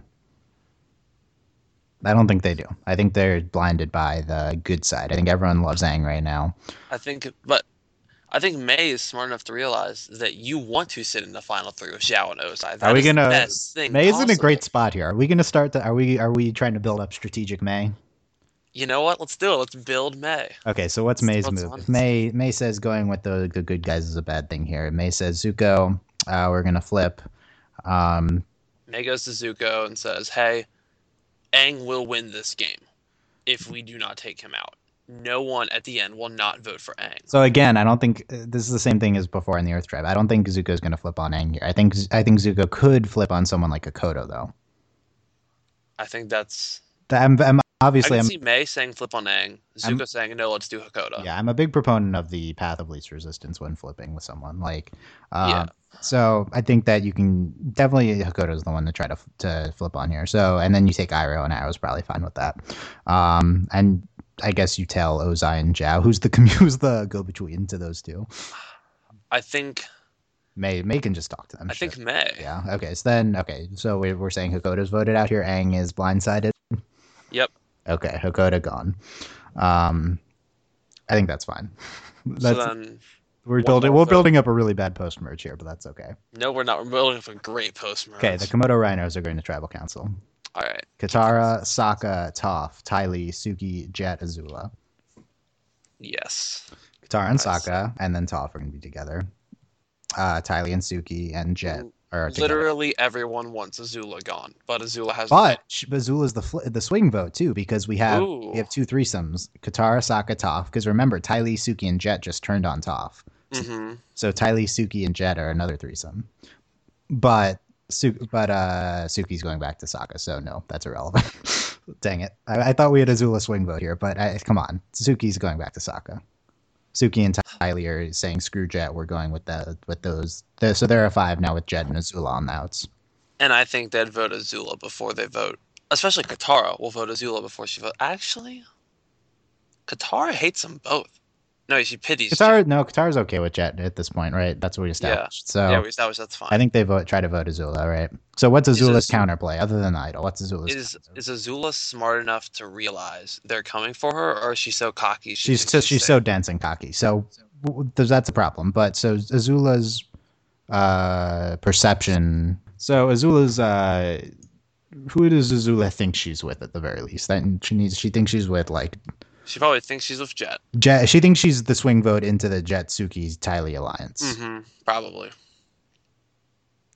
I don't think they do. I think they're blinded by the good side. I think everyone loves Aang right now. I think but I think May is smart enough to realize that you want to sit in the final three with Xiao and Ozai. That we is the gonna- best thing May is in a possible. great spot here. Are we going to start? The, are we are we trying to build up strategic May? You know what? Let's do it. Let's build May. Okay, so what's So May's what's move? on it? May May says going with the, the good guys is a bad thing here. May says Zuko, uh, we're gonna flip. Um, May goes to Zuko and says, Hey, Aang will win this game if we do not take him out. No one at the end will not vote for Aang. So again, I don't think uh, this is the same thing as before in the Earth Tribe. I don't think Zuko's going to flip on Aang here. I think I think Zuko could flip on someone like Akodo though. I think that's. Th- I'm, I'm I obviously I'm can see May saying flip on Aang, Zuko I'm- saying, No, let's do Hakoda. yeah, I'm a big proponent of the path of least resistance when flipping with someone like um, Yeah. So I think that you can definitely Hakoda's the one to try to to flip on here. So and then you take Iroh, and Iroh's probably fine with that. Um, and I guess you tell Ozai and Zhao who's the [LAUGHS] commu- who's the go between to those two. I think. May May can just talk to them. I Sure. think May. Yeah. Okay. So then, okay. So we- we're saying Hakoda's voted out here. Aang is blindsided. Yep. Okay. Hakoda gone. Um, I think that's fine. [LAUGHS] So That's, then, we're one building. more We're vote. building up a really bad post merge here, but that's okay. no, we're not. We're building for great post Okay. The Komodo rhinos are going to tribal council. All right. Katara, Sokka, Toph, Ty Lee, Suki, Jet, Azula. Yes. Katara and Nice. Sokka, and then Toph are going to be together. Uh, Ty Lee and Suki and Jet are together. Literally everyone wants Azula gone, but Azula has. But sh- Bazula's the fl- the swing vote too because we have Ooh. we have two threesomes: Katara, Sokka, Toph. Because remember, Ty Lee, Suki, and Jet just turned on Toph, hmm so Ty Lee, Suki, and Jet are another threesome. But Su- but uh, Suki's going back to Sokka, so no, that's irrelevant. [LAUGHS] Dang it! I-, I thought we had Azula swing vote here, but I- come on, Suki's going back to Sokka. Suki and Ty Lee are saying screw Jet. We're going with the with those. There- so there are five now with Jet and Azula on the outs. And I think they'd vote Azula before they vote. Especially Katara will vote Azula before she votes. Actually, Katara hates them both. No, she pities. Qatar, no, Qatar's okay with Jet at this point, right? That's what we established. So Jet. Yeah, we established that's fine. I think they vote try to vote Azula, right? So what's Is Azula's Azula- counterplay other than Idol? What's Azula's? is counterplay? is Azula smart enough to realize they're coming for her, or is she so cocky? She she's thinks so, she's safe? so dense and cocky. So w- w- that's a problem. But so Azula's uh, perception. So Azula's uh, who does Azula think she's with at the very least? Then she needs she thinks she's with like she probably thinks she's with Jet. Jet. She thinks she's the swing vote into the Jet Suki Tylee alliance. hmm Probably.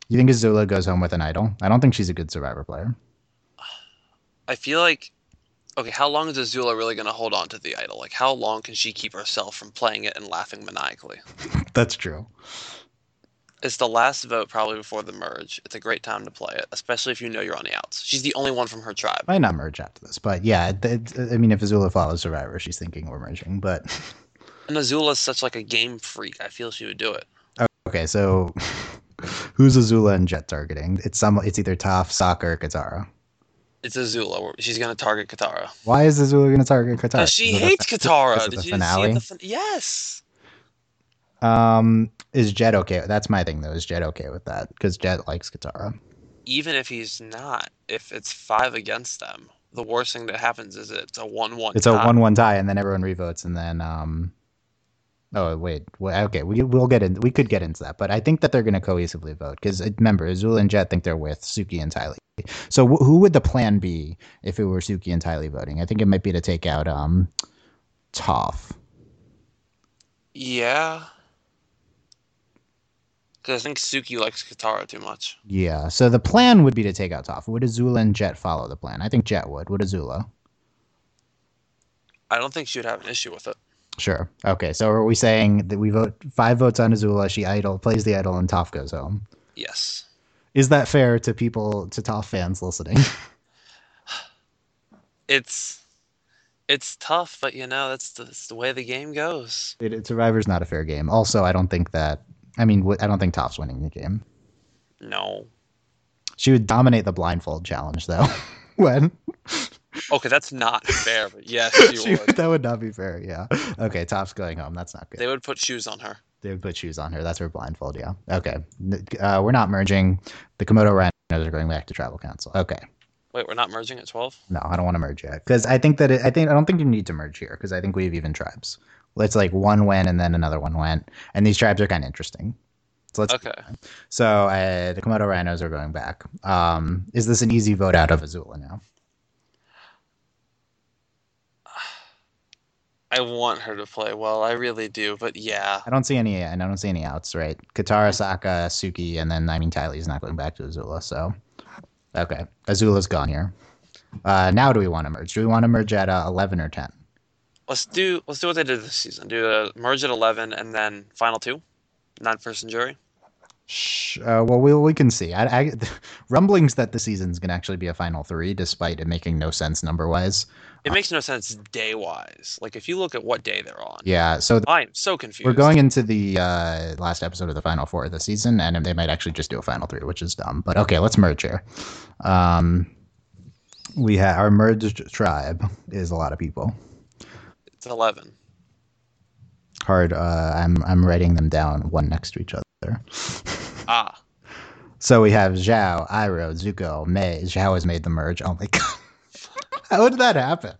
You think Azula goes home with an idol? I don't think she's a good survivor player. I feel like okay, how long is Azula really going to hold on to the idol? Like, how long can she keep herself from playing it and laughing maniacally? That's true. It's the last vote probably before the merge. It's a great time to play it, especially if you know you're on the outs. She's the only one from her tribe. Might not merge after this, but yeah, it, it, I mean, if Azula follows Survivor, she's thinking we're merging, but [LAUGHS] And Azula's such like a game freak. I feel she would do it. okay, so [LAUGHS] who's Azula and Jet targeting? It's some. It's either Toph, Sokka, or Katara. It's Azula. She's going to target Katara. Why is Azula going to target Katara? Uh, she Is it the hates fin- Katara. is it Did the you finale? see the fin- Yes. Um, is Jet okay? That's my thing though. Is Jet okay with that? Because Jet likes Katara. Even if he's not, if it's five against them, the worst thing that happens is it's a one-one. It's a one-one tie, and then everyone revotes, and then um. Oh wait, well, okay. We we'll get in. We could get into that, but I think that they're going to cohesively vote because remember, Azula and Jet think they're with Suki and Tylee. So wh- who would the plan be if it were Suki and Tylee voting? I think it might be to take out um, Toph. Yeah. Because I think Suki likes Katara too much. Yeah. So the plan would be to take out Toph. Would Azula and Jet follow the plan? I think Jet would. Would Azula? I don't think she would have an issue with it. Sure. Okay. So are we saying that we vote five votes on Azula? She idol plays the idol, and Toph goes home. Yes. Is that fair to people to Toph fans listening? It's it's tough, but you know, that's the, that's the way the game goes. it, it- Survivor's not a fair game. Also, I don't think that. I mean, wh- I don't think Toph's winning the game. No. She would dominate the blindfold challenge, though. [LAUGHS] when Okay, that's not fair, [LAUGHS] but yes, She- you would. that would not be fair. Yeah. Okay. Toph's going home. That's not good. They would put shoes on her. They would put shoes on her. That's her blindfold. Yeah. Okay. N- Uh, we're not merging. The Komodo rhinos are going back to tribal council. Okay. Wait, we're not merging at 12? No, I don't want to merge yet because I think that it, I think I don't think you need to merge here because I think we have even tribes. It's like one went and then another one went, and these tribes are kind of interesting. So let's. Okay. So uh, the Komodo rhinos are going back. Um, is this an easy vote out of Azula now? I want her to play well. I really do, but yeah. I don't see any, and I don't see any outs. Right? Katara, Sokka, Suki, and then I mean Tylee's not going back to Azula. So, okay, Azula's gone here. Uh, now, do we want to merge? Do we want to merge at uh, eleven or ten? Let's do let's do what they did this season. Do the merge at 11 and then final two. Nine person jury. Sh- Uh, well, we we can see. I, [LAUGHS] I, rumblings that the season's gonna actually be a final three, despite it making no sense number wise. It makes no sense day wise. Like if you look at what day they're on. Yeah, so th- I am so confused. we're going into the uh, last episode of the final four of the season, and they might actually just do a final three, which is dumb. But okay, let's merge here. Um, we have our merged tribe is a lot of people. It's 11. Hard. Uh, I'm I'm writing them down one next to each other. Ah. So we have Zhao, Iroh, Zuko, Mei. Zhao has made the merge. Oh my [LAUGHS] god, how did that happen?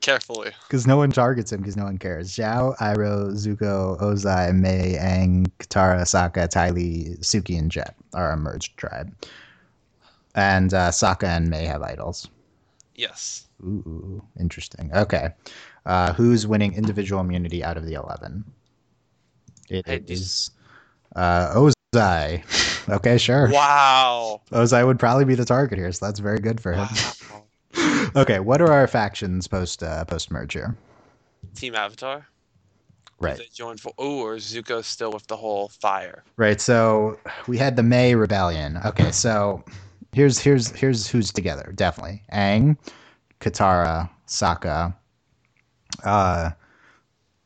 Carefully. Because no one targets him because no one cares. Zhao, Iroh, Zuko, Ozai, Mei, Aang, Katara, Sokka, Ty Lee, Suki, and Jet are a merged tribe. And uh, Sokka and Mei have idols. Yes. Ooh, ooh, ooh, interesting. Okay. Uh, who's winning individual immunity out of the 11? It Hey, is just- uh, Ozai. okay, sure. Wow. Ozai would probably be the target here, so that's very good for [LAUGHS] him. wow. okay, what are our factions post uh, post merge here? Team Avatar. Right. They joined for oh, or Zuko's still with the whole fire. Right. So we had the May Rebellion. Okay. So here's here's here's who's together. Definitely Aang, Katara, Sokka, uh,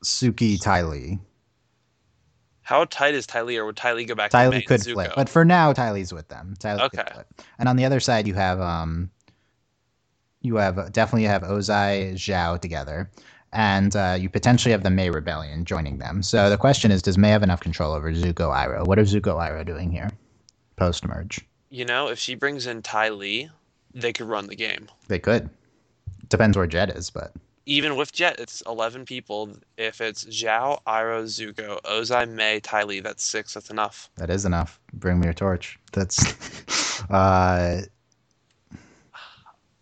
Suki, Tylee. How tight is Ty Lee, or would Ty Lee go back to Mei Tylee and could Zuko? flip, but for now Tylee's with them. Tylee Okay. could flip. And on the other side, you have um, you have definitely have Ozai, Zhao together. And uh, you potentially have the May Rebellion joining them. So the question is, does May have enough control over Zuko Iroh? What are Zuko Iroh doing here, post merge? You know, if she brings in Ty Lee, they could run the game. They could. Depends where Jed is, but Even with Jet, it's 11 people. If it's Zhao, Iroh, Zuko, Ozai, Mei, Ty Lee, that's six. That's enough. that is enough. Bring me your torch. That's [LAUGHS] uh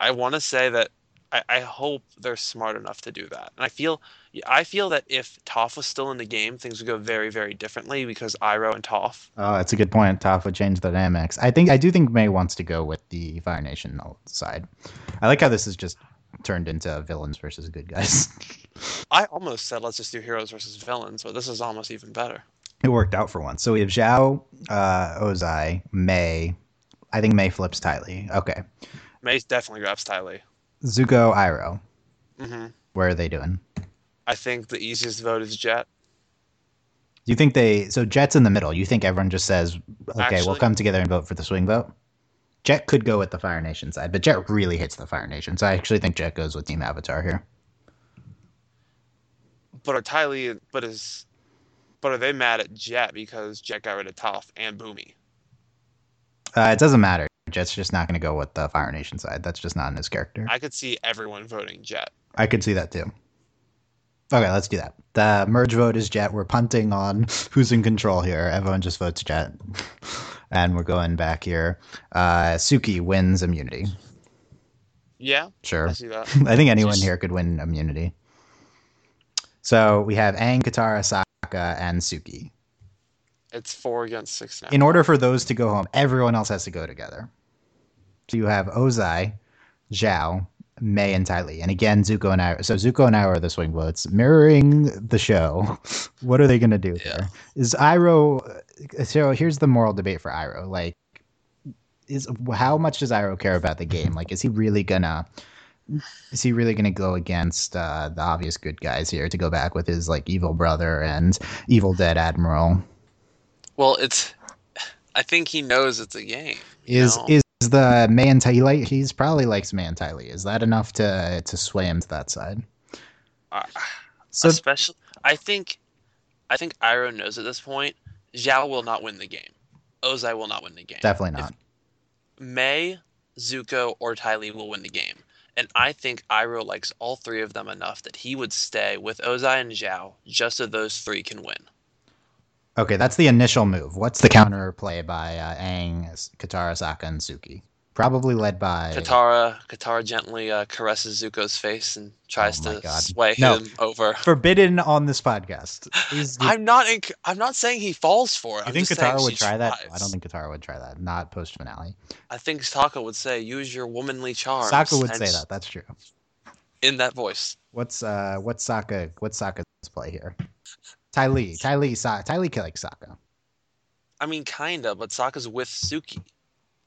I want to say that I, I hope they're smart enough to do that. And I feel I feel that if Toph was still in the game, things would go very, very differently because Iroh and Toph. oh, that's a good point. Toph would change the dynamics. I think I do think May wants to go with the Fire Nation side. I like how this is just turned into villains versus good guys. [LAUGHS] I almost said let's just do heroes versus villains, but this is almost even better. it worked out for once. So we have Zhao, uh, Ozai, May. I think May flips tightly. Okay. Mace definitely grabs Ty Lee. Zuko, Iroh. hmm Where are they doing? I think the easiest vote is Jet. Do you think they. So Jet's in the middle. You think everyone just says, okay, we'll Actually- come together and vote for the swing vote? Jet could go with the Fire Nation side, but Jet really hits the Fire Nation. So I actually think Jet goes with Team Avatar here. But are Ty Lee, but is, but are they mad at Jet because Jet got rid of Toph and Boomy? Uh, it doesn't matter. Jet's just not going to go with the Fire Nation side. That's just not in his character. I could see everyone voting Jet. I could see that too. Okay, let's do that. The merge vote is Jet. We're punting on [LAUGHS] who's in control here. Everyone just votes Jet. [LAUGHS] And we're going back here. Uh, Suki wins immunity. Yeah, Sure. I see that. I think anyone Just- here could win immunity. So we have Aang, Katara, Sokka, and Suki. It's four against six now. In order for those to go home, everyone else has to go together. So you have Ozai, Zhao, Mei, and Ty Lee. And again, Zuko and I. So Zuko and I are the swing votes, mirroring the show. [LAUGHS] What are they going to do Yeah. here? Is Iroh. So here's the moral debate for Iroh. Like, is how much does Iroh care about the game? Like, is he really gonna? Is he really gonna go against uh, the obvious good guys here to go back with his like evil brother and evil dead admiral? Well, it's. I think he knows it's a game. you Is know? is the man Tylee? He's probably likes man Tylee. Is that enough to to sway him to that side? Uh, So especially, I think, I think Iroh knows at this point. Zhao will not win the game. Ozai will not win the game. definitely not. May, Zuko, or Ty Lee will win the game. And I think Iroh likes all three of them enough that he would stay with Ozai and Zhao just so those three can win. Okay, that's the initial move. What's the counter play by uh, Aang, S- Katara, Sokka, and Suki? Probably led by Katara, Katara gently uh, caresses Zuko's face and tries Oh my to God. sway No. him over. Forbidden on this podcast. Please do- I'm not. In, I'm not saying he falls for it. you I'm think just saying Katara would she try that? tries. I don't think Katara would try that. Not post finale. I think Sokka would say, "Use your womanly charms." Sokka would and say s- that. That's true. in that voice. What's uh what's Sokka? What's Sokka's play here? Tylee, Tylee, so- Tylee likes Sokka. I mean, kinda, but Sokka's with Suki,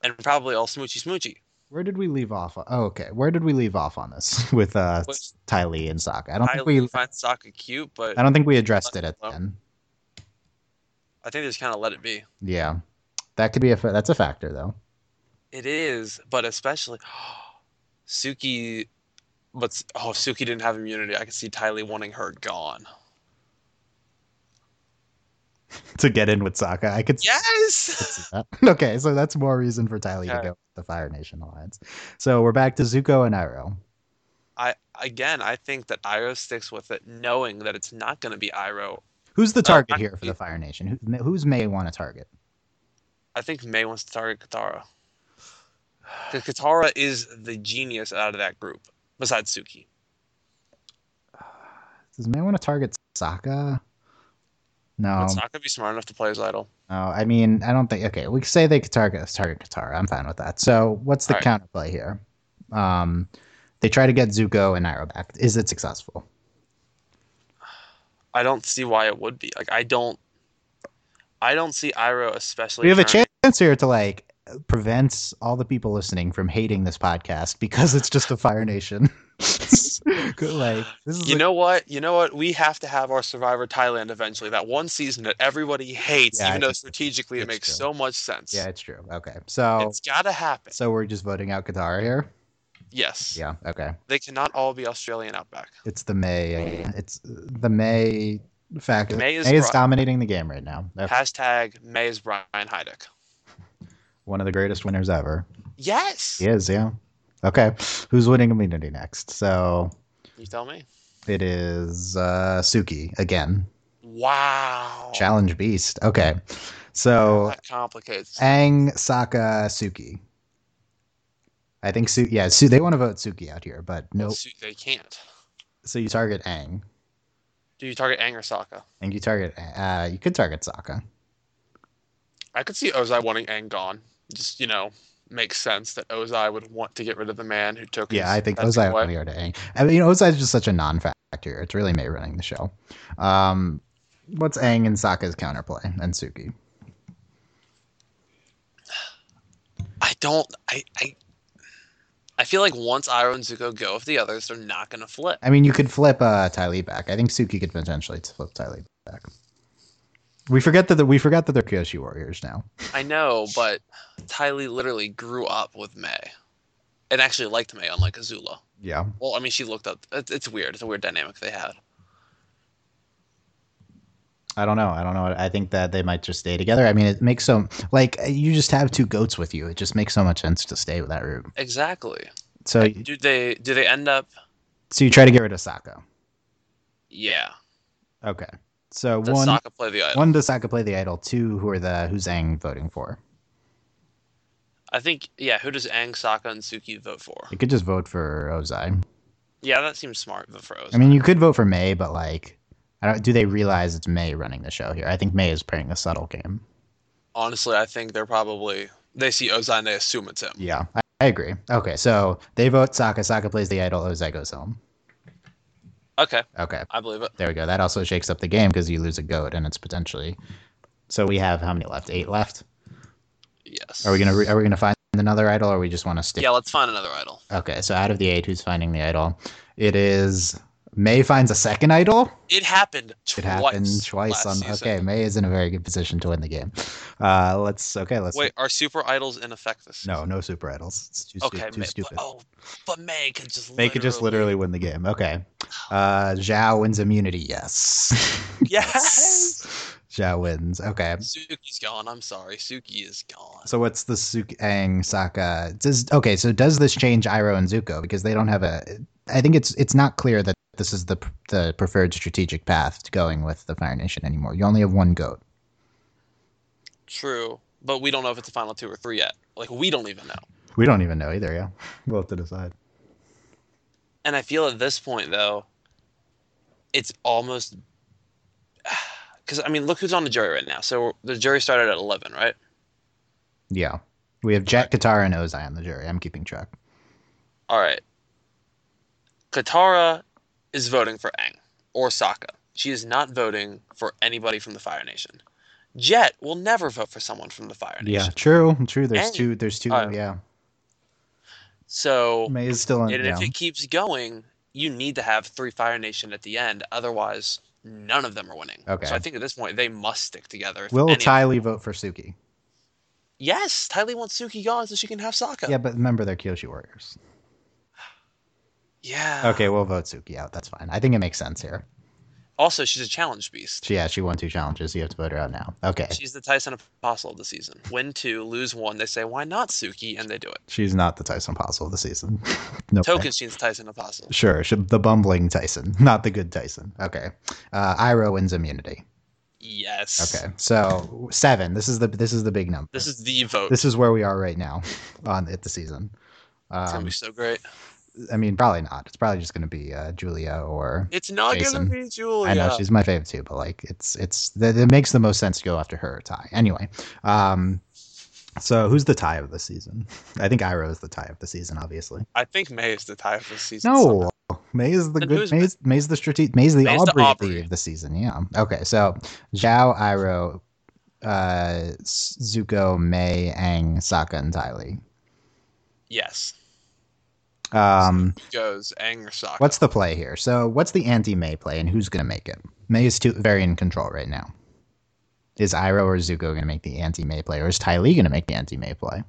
and probably all smoochy smoochy. Where did we leave off? Oh, okay. Where did we leave off on this [LAUGHS] with uh With- Ty Lee and Sokka? I don't I think we find Sokka cute, but I don't think we addressed it at the Well. end. I think they just kind of let it be. Yeah. That could be a fa- that's a factor though. [LAUGHS] It is, but especially [GASPS] Suki. But s- oh, Suki didn't have immunity. I could see Tylee wanting her gone. to get in with Sokka. I could s- Yes. see that. [LAUGHS] Okay, so that's more reason for Ty Lee to Okay. go with the Fire Nation alliance. So we're back to Zuko and Iroh. I [LAUGHS] again, I think that Iroh sticks with it, knowing that it's not going to be Iroh. Who's the target I- here for the Fire Nation? Who, who's May want to target? I think May wants to target Katara. 'Cause Katara is the genius out of that group, besides Suki. Does May want to target Sokka? No. It's not going to be smart enough to play as idol. No, I mean, I don't think. Okay, we say they could target target Katara. I'm fine with that. So, what's the All right. counterplay here? Um, they try to get Zuko and Iroh back. Is it successful? I don't see why it would be. Like I don't, I don't see Iroh especially. we have a turning- chance here to like prevent all the people listening from hating this podcast because it's just a Fire Nation. [LAUGHS] Good, like this is You like- know what? You know what? We have to have our Survivor Thailand eventually. That one season that everybody hates, Yeah, I even though think strategically that's it makes true. so much sense. yeah, it's true. Okay, so It's got to happen. so we're just voting out Katara here. Yes. Yeah. Okay. They cannot all be Australian Outback. It's the May. It's uh, the May factor. May is right. dominating the game right now. That's Hashtag May is Brian Heideck. one of the greatest winners ever. Yes. He is, yeah. Okay. Who's winning immunity next? So You tell me. it is uh, Suki again. Wow. Challenge Beast. Okay. So That complicates. Aang, Sokka, Suki. I think Su- yeah, Su- they want to vote Suki out here, but no. Su- They can't. So you target Aang, Do you target Aang or Sokka? and you target uh, you could target Sokka. I could see Ozai wanting Aang gone. Just you know, makes sense that Ozai would want to get rid of the man who took. Yeah, his I think That's Ozai why- only are to Aang. I mean, you know, Ozai's just such a non-factor. It's really May running the show. Um, what's Aang and Sokka's counterplay and Suki? I don't. I. I I feel like once Iroh and Zuko go with the others, they're not gonna flip. I mean, you could flip uh, Ty Lee back. I think Suki could potentially flip Ty Lee back. We forget that the, we forgot that they're Kyoshi warriors now. I know, but Ty Lee literally grew up with May, and actually liked May, unlike Azula. Yeah. Well, I mean, she looked up. It's, it's weird. It's a weird dynamic they had. I don't know. I don't know. I think that they might just stay together. I mean, it makes so like you just have two goats with you. It just makes so much sense to stay with that route. Exactly. So, Do they? Do they end up? so you try to get rid of Sokka. Yeah. Okay. So Does one, Sokka play the idol? one does Sokka play the idol? Two, who are the who's Aang voting for? I think. Yeah. Who does Aang, Sokka, and Suki vote for? You could just vote for Ozai. Yeah, that seems smart. Vote for Ozai. I mean, you could vote for May, but like, I don't. Do they realize it's May running the show here? I think May is playing a subtle game. Honestly, I think they're probably they see Ozai and they assume it's him. Yeah, I, I agree. Okay, so they vote Sokka. Sokka plays the idol. Ozai goes home. Okay, Okay, I believe it. there we go. That also shakes up the game because you lose a goat, and it's potentially. So we have how many left? Eight left. Yes. Are we gonna re- Are we gonna find another idol, or we just want to stick? Yeah, let's find another idol. Okay, so out of the eight, who's finding the idol? It is May finds a second idol. It happened twice. It happened twice last on. season. Okay, May is in a very good position to win the game. Uh, let's. Okay, let's. Wait, are super idols in effect this? No, no super idols. It's too, stu- Okay, too May, stupid. But, oh, but May could just They could just literally win the game. Okay. Uh, Zhao wins immunity. Yes. [LAUGHS] Yes. [LAUGHS] Zhao wins. Okay. Suki's gone. I'm sorry, Suki is gone. So what's the Suki Aang Sokka? Does okay? So does this change Iroh and Zuko because they don't have a? I think it's it's not clear that this is the the preferred strategic path to going with the Fire Nation anymore. You only have one goat. True, but we don't know if it's the final two or three yet. Like we don't even know. We don't even know either. Yeah, [LAUGHS] we'll have to decide. And I feel at this point though, it's almost [SIGHS] because I mean, look who's on the jury right now. So the jury started at eleven, right? Yeah, we have Jack, Katara, and Ozai on the jury. I'm keeping track. All right. Katara is voting for Aang or Sokka. She is not voting for anybody from the Fire Nation. Jet will never vote for someone from the Fire Nation. Yeah, true, true. There's Aang. two. There's two. Oh. yeah, So May is still on. And yeah. if it keeps going, you need to have three Fire Nation at the end. Otherwise, none of them are winning. Okay. So I think at this point, they must stick together. if Will any- Ty Lee vote for Suki? Yes, Tylee wants Suki gone so she can have Sokka. Yeah, but remember they're Kyoshi warriors. Yeah. Okay, we'll vote Suki out. That's fine. I think it makes sense here. Also, she's a challenge beast. She, yeah, she won two challenges. You have to vote her out now. Okay, She's the Tyson Apostle of the season. Win two, lose one. They say, why not Suki? And they do it. she's not the Tyson Apostle of the season. [LAUGHS] no. way. Tokenshin's Tyson Apostle. Sure, she, the bumbling Tyson, [LAUGHS] not the good Tyson. Okay, uh, Iroh wins immunity. Yes. Okay, so seven. This is the this is the big number. This is the vote. this is where we are right now on at the season. it's going to Um, be so great. I mean, probably not. It's probably just going to be uh, Julia or It's not Jason. going to be Julia. I know she's my favorite too, but like it's it's that it makes the most sense to go after her or Ty. Anyway, um, so who's the tie of the season? I think Iroh is the tie of the season, obviously. I think May is the tie of the season. No, May is the Then good who's- May's May's the strategic May's the May's the Aubrey, of the- Aubrey. of the season. Yeah. Okay, so Zhao, Iroh, uh, S- Zuko, May, Aang, Sokka, and Ty Lee. Yes. Um, Goes Aang or Sokka. what's the play here? So what's the anti-May play, and who's gonna make it? May is too very in control right now. Is Iroh or Zuko gonna make the anti-May play, or is Ty Lee gonna make the anti-May play?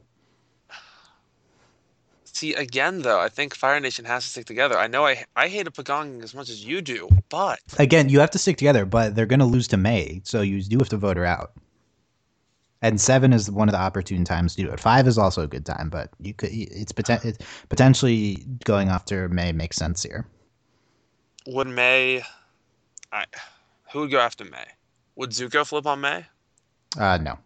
See, again, though, I think Fire Nation has to stick together. I know I I hate a Pagong as much as you do, but Again, you have to stick together, but they're gonna lose to May, so you do have to vote her out. And seven is one of the opportune times to do it. Five is also a good time, but you could it's, poten- it's potentially going after May makes sense here. would May. I, who would go after May? Would Zuko flip on May? Uh, no,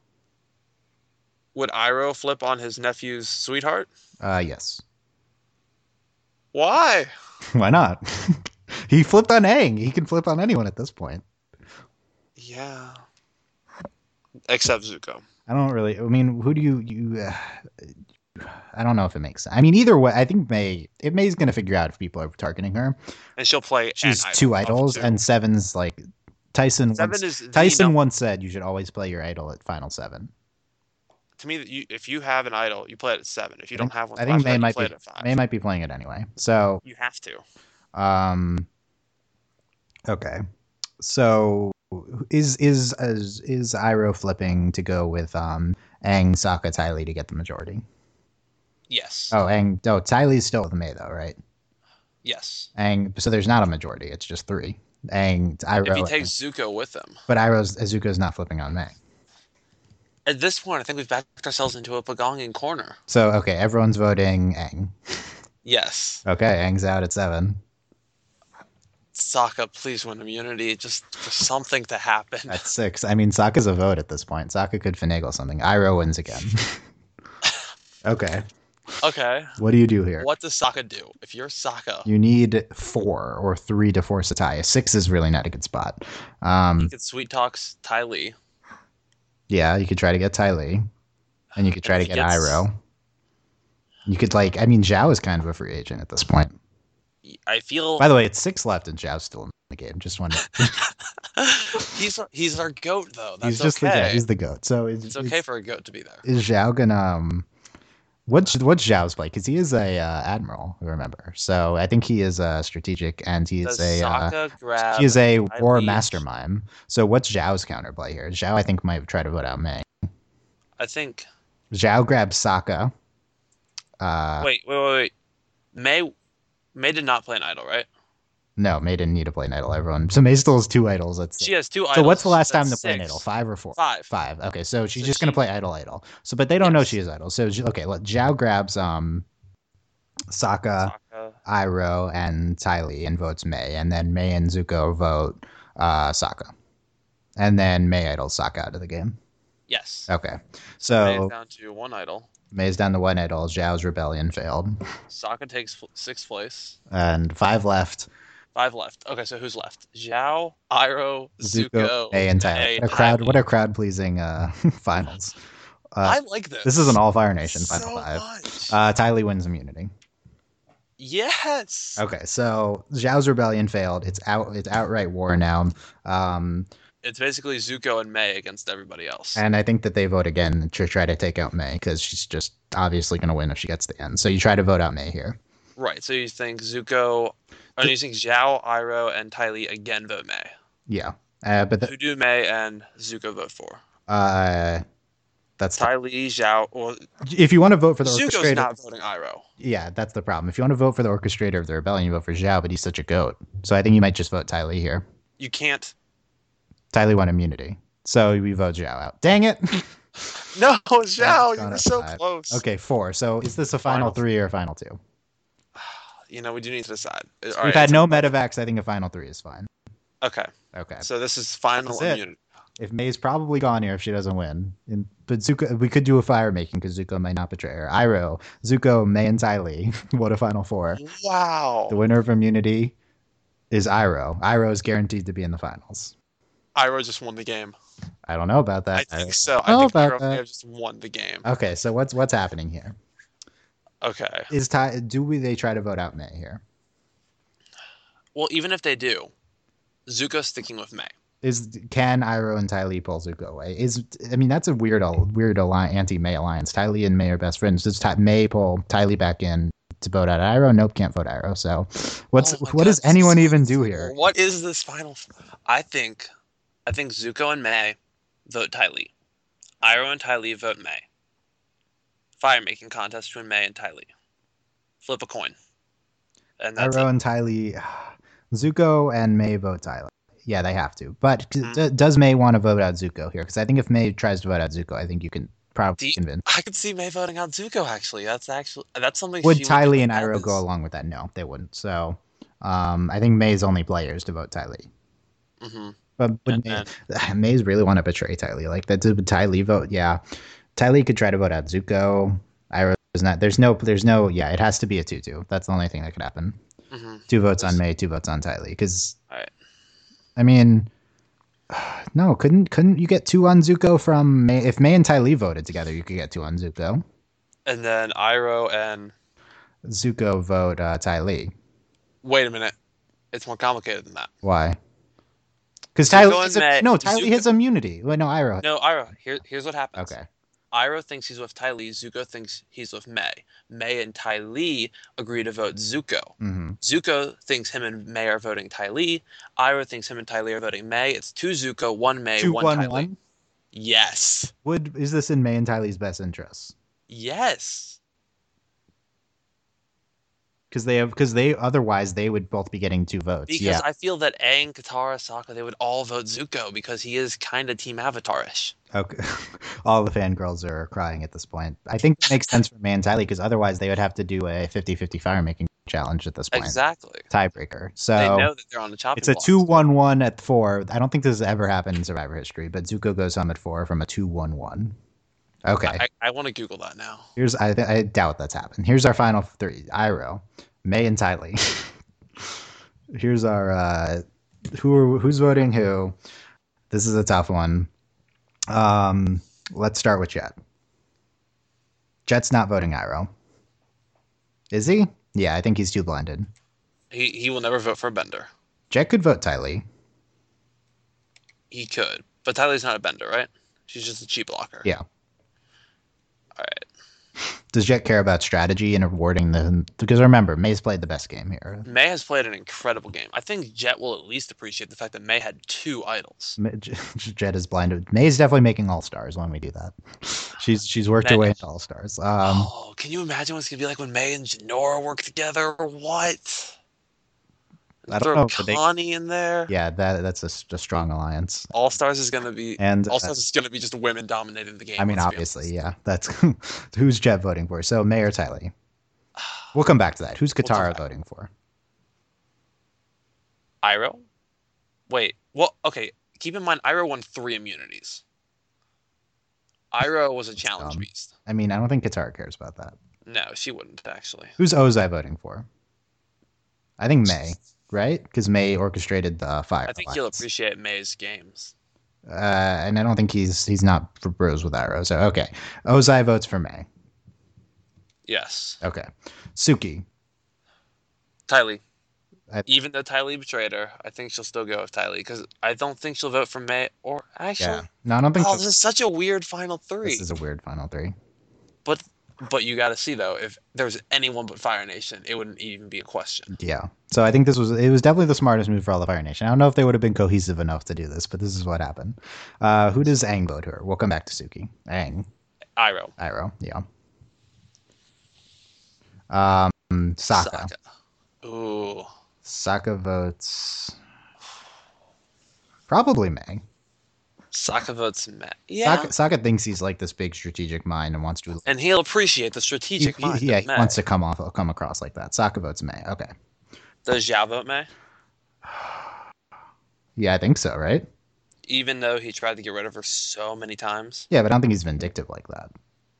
Would Iroh flip on his nephew's sweetheart? uh, yes. [LAUGHS] Why? Why not? [LAUGHS] he flipped on Aang. He can flip on anyone at this point. Yeah. Except Zuko. I don't really. I mean, who do you you? Uh, I don't know if it makes sense. I mean, either way, I think May. If May's gonna figure out if people are targeting her, and she'll play. she's an two idol, idols, up to. and seven's like Tyson. seven once, is the Tyson num- once said you should always play your idol at final seven. to me, that you, if you have an idol, you play it at seven. If you I don't think- have one, I think flashlight, May you might play be- it at five. May might be playing it anyway. So, you have to. um, okay. So is is is, is Iroh flipping to go with um Aang, Sokka, Ty Lee to get the majority? Yes. Oh, Aang. Oh, Ty Lee's still with May though, right? Yes. Aang. So there's not a majority. It's just three. Aang, If he Iroh, takes Zuko with him. but Iroh's Azuka's not flipping on May. At this point, I think we've backed ourselves into a Pagongin corner. So okay, everyone's voting Aang. Yes. Okay, Aang's out at seven. Sokka, please win immunity. Just for something to happen. [LAUGHS] At six, I mean, Sokka's a vote at this point. Sokka could finagle something. Iroh wins [LAUGHS] again. okay, Okay. what do you do here? What does Sokka do? If you're Sokka, You need four or three to force a tie. Six is really not a good spot. you Um, could sweet talks Ty Lee. yeah, you could try to get Ty Lee, and you could try And to if get he gets- Iroh. You could like, I mean, Zhao is kind of a free agent at this point. I feel By the way, it's six left, and Zhao's still in the game. Just one. [LAUGHS] he's he's our goat though. [LAUGHS] That's he's just the okay. goat. he's the goat. So it's, it's okay for a goat to be there. is Zhao gonna um what's what's Zhao's like? Because he is a uh, admiral, remember. So I think he is uh, strategic and he Does is a uh, Sokka grab? he is a I war believe- mastermind. So what's Zhao's counterplay here? Zhao I think might try to vote out Meng. I think. Zhao grabs Sokka. Uh Wait, wait, wait, wait. May May did not play an idol, right? no, May didn't need to play an idol, everyone. So May still has two idols. That's She has two idols. so what's the last time to That's play an six. idol? Five or four? Five. Five. Okay, so she's So just gonna she- play idol idol. So, but they don't know Yes. she is idol. So okay, let Zhao grabs um, Sokka, Sokka. Iroh and Ty Lee and votes May, and then May and Zuko vote uh, Sokka, and then May idols Sokka out of the game. Yes. Okay, May's so down to one idol. May's down to one idol. Zhao's rebellion failed, Sokka takes fl- sixth place. and five left. Five left. Okay, so who's left? Zhao, Iroh, Zuko, Zuko, May and Ty. May, Lee. What a crowd! What a crowd pleasing uh, [LAUGHS] finals. I Uh, like this. this is an All Fire Nation final so five. Much. Uh, Ty Lee wins immunity. yes. Okay, so Zhao's rebellion failed. It's out. It's outright war now. Um, It's basically Zuko and May against everybody else. And I think that they vote again to try to take out May because she's just obviously going to win if she gets the end. So you try to vote out May here. right. So you think Zuko, or you think Zhao, Iroh, and Ty Lee again vote May. Yeah. Uh, but the, Who do May and Zuko vote for? uh, that's Ty Lee, Zhao, or if you want to vote for the Zuko's orchestrator. not voting Iroh. yeah, that's the problem. If you want to vote for the orchestrator of the rebellion, you vote for Zhao, but he's such a goat. So I think you might just vote Ty Lee here. You can't. Ty Lee won immunity. So we vote Zhao out. Dang [LAUGHS] it. [LAUGHS] No, Zhao, gone you were at so five. close. okay, four. So is this a final Final. three or a final two? You know, we do need to decide. All We've right, had it's- no medevacs. I think a final three is fine. Okay, Okay. so this is final This is it. immunity. if May's probably gone here if she doesn't win. And, but Zuko, we could do a fire making because Zuko may not betray her. Iroh, Zuko, May, and Ty Lee. [LAUGHS] what a final four. Wow. The winner of Immunity is Iroh. Iroh is guaranteed to be in the finals. Iroh just won the game. I don't know about that. I think so. know I think about Iroh may that. have just won the game. Okay, so what's what's happening here? Okay. Is Ty? Do we they try to vote out May here? Well, even if they do, Zuko's sticking with May. Is can Iroh and Ty Lee pull Zuko away? Is I mean that's a weird al- weird alliance, anti-May alliance. Ty Lee and May are best friends. Does Ty, May pull Ty Lee back in to vote out Iroh? Nope, can't vote Iroh. So, what's Oh my what God, does this is anyone so even do here? What is this final? f- I think, I think Zuko and May vote Ty Lee. Iroh and Ty Lee vote May. Fire making contest between May and Ty Lee. Flip a coin. And that's Iroh and Ty Lee, [SIGHS] Zuko and May vote Ty Lee. Yeah, they have to. But d- Mm. d- does May want to vote out Zuko here? Because I think if May tries to vote out Zuko, I think you can probably Do you- convince. it. I could see May voting out Zuko. Actually, that's actually that's something. Would she Ty do Lee with and Iroh go others. along with that? No, they wouldn't. So, um, I think May's only player is to vote Ty Lee. Mhm. But would May, [SIGHS] And- Mays really want to betray Ty Lee. Like that did Ty Lee vote? Yeah, Ty Lee could try to vote out Zuko. Iroh is not. There's no. There's no. Yeah, it has to be a two-two. That's the only thing that could happen. Mhm. Two votes on May, two votes on Ty Lee. Because Alright. I mean, [SIGHS] no, couldn't couldn't you get two on Zuko from May? If May and Ty Lee voted together, you could get two on Zuko. and then Iroh and Zuko vote uh, Ty Lee. wait a minute, it's more complicated than that. Why? Because Ty Zuko Lee and has a, Matt- no Ty Lee Zuko- has immunity. Well, no, Iroh. No, Iroh. Here, here's what happens. Okay. Iroh thinks he's with Ty Lee. Zuko thinks he's with May. May and Ty Lee agree to vote Zuko. hmm Zuko thinks him and May are voting Ty Lee. Iroh thinks him and Ty Lee are voting May. It's two Zuko, one May, Two one, one Ty Lee. one. Yes. Would is this in May and Ty Lee's best interests? Yes. Because they have because they otherwise they would both be getting two votes. Because yeah. I feel that Aang, Katara, Sokka, they would all vote Zuko because he is kind of Team Avatarish. Okay. [LAUGHS] All the fangirls are crying at this point. I think it makes sense for May and Ty Lee because otherwise they would have to do a 50-50 fire making challenge at this point. Exactly. Tiebreaker. they So know that they're on the chopping It's a block. 2 1 1 at 4. I don't think this has ever happened in Survivor history, but Zuko goes home at 4 from a 2 1 1. Okay. I, I want to Google that now. Here's I, th- I doubt that's happened. Here's our final three Iroh, May, and Ty Lee. [LAUGHS] Here's our uh, who are, who's voting who. This is a tough one. Um, let's start with Jet. Jet's not voting Iroh. Is he? Yeah, I think he's too blinded. He he will never vote for a bender. Jet could vote Ty Lee. He could, but Ty Lee's not a bender, right? She's just a cheap blocker. Yeah. All right. Does Jet care about strategy and awarding the? Because remember, May's played the best game here. May has played an incredible game. I think Jet will at least appreciate the fact that May had two idols. Ma- J- [LAUGHS] Jet is blinded. May's definitely making all stars when we do that. She's she's worked her May- way into all stars. [GASPS] Um, oh, can you imagine what it's gonna be like when May and Janora work together? What? I don't Throw know, but they- Connie in there. yeah, that that's a, s- a strong alliance. All Stars is gonna be. And All uh, Stars is gonna be just women dominating the game. I mean, let's be obviously, honest. yeah, that's [LAUGHS] who's Jet voting for. So May or Tylee. We'll come back to that. Who's We'll come Katara back. voting for? Iroh. Wait. Well, okay. Keep in mind, Iroh won three immunities. Iroh was a challenge dumb. beast. I mean, I don't think Katara cares about that. No, she wouldn't actually. Who's Ozai voting for? I think May, right? Because May orchestrated the fire. I think you'll alliance. appreciate May's games. Uh, and I don't think he's he's not for bros with Iroh. So okay, Ozai votes for May. Yes, Okay, Suki. Tylee. I- Even though Tylee betrayed her, I think she'll still go with Tylee because I don't think she'll vote for May or actually. Yeah. No, I don't think Oh, so. this is such a weird final three. This is a weird final three. But but you got to see though, if there was anyone but Fire Nation, it wouldn't even be a question. Yeah. So I think this was it was definitely the smartest move for all of Fire Nation. I don't know if they would have been cohesive enough to do this, but this is what happened. Uh, who does Aang vote for? We'll come back to Suki. Aang, Iroh, Iroh, yeah. Um, Sokka. Sokka. Ooh, Sokka votes. Probably May. Sokka votes May. Yeah, Sokka, Sokka thinks he's like this big strategic mind and wants to. and he'll appreciate the He- strategic he- mind. yeah, of he May. wants to come off, come across like that. Sokka votes May. Okay. Does Zhao vote May? Yeah, I think so, right? Even though he tried to get rid of her so many times. Yeah, but I don't think he's vindictive like that.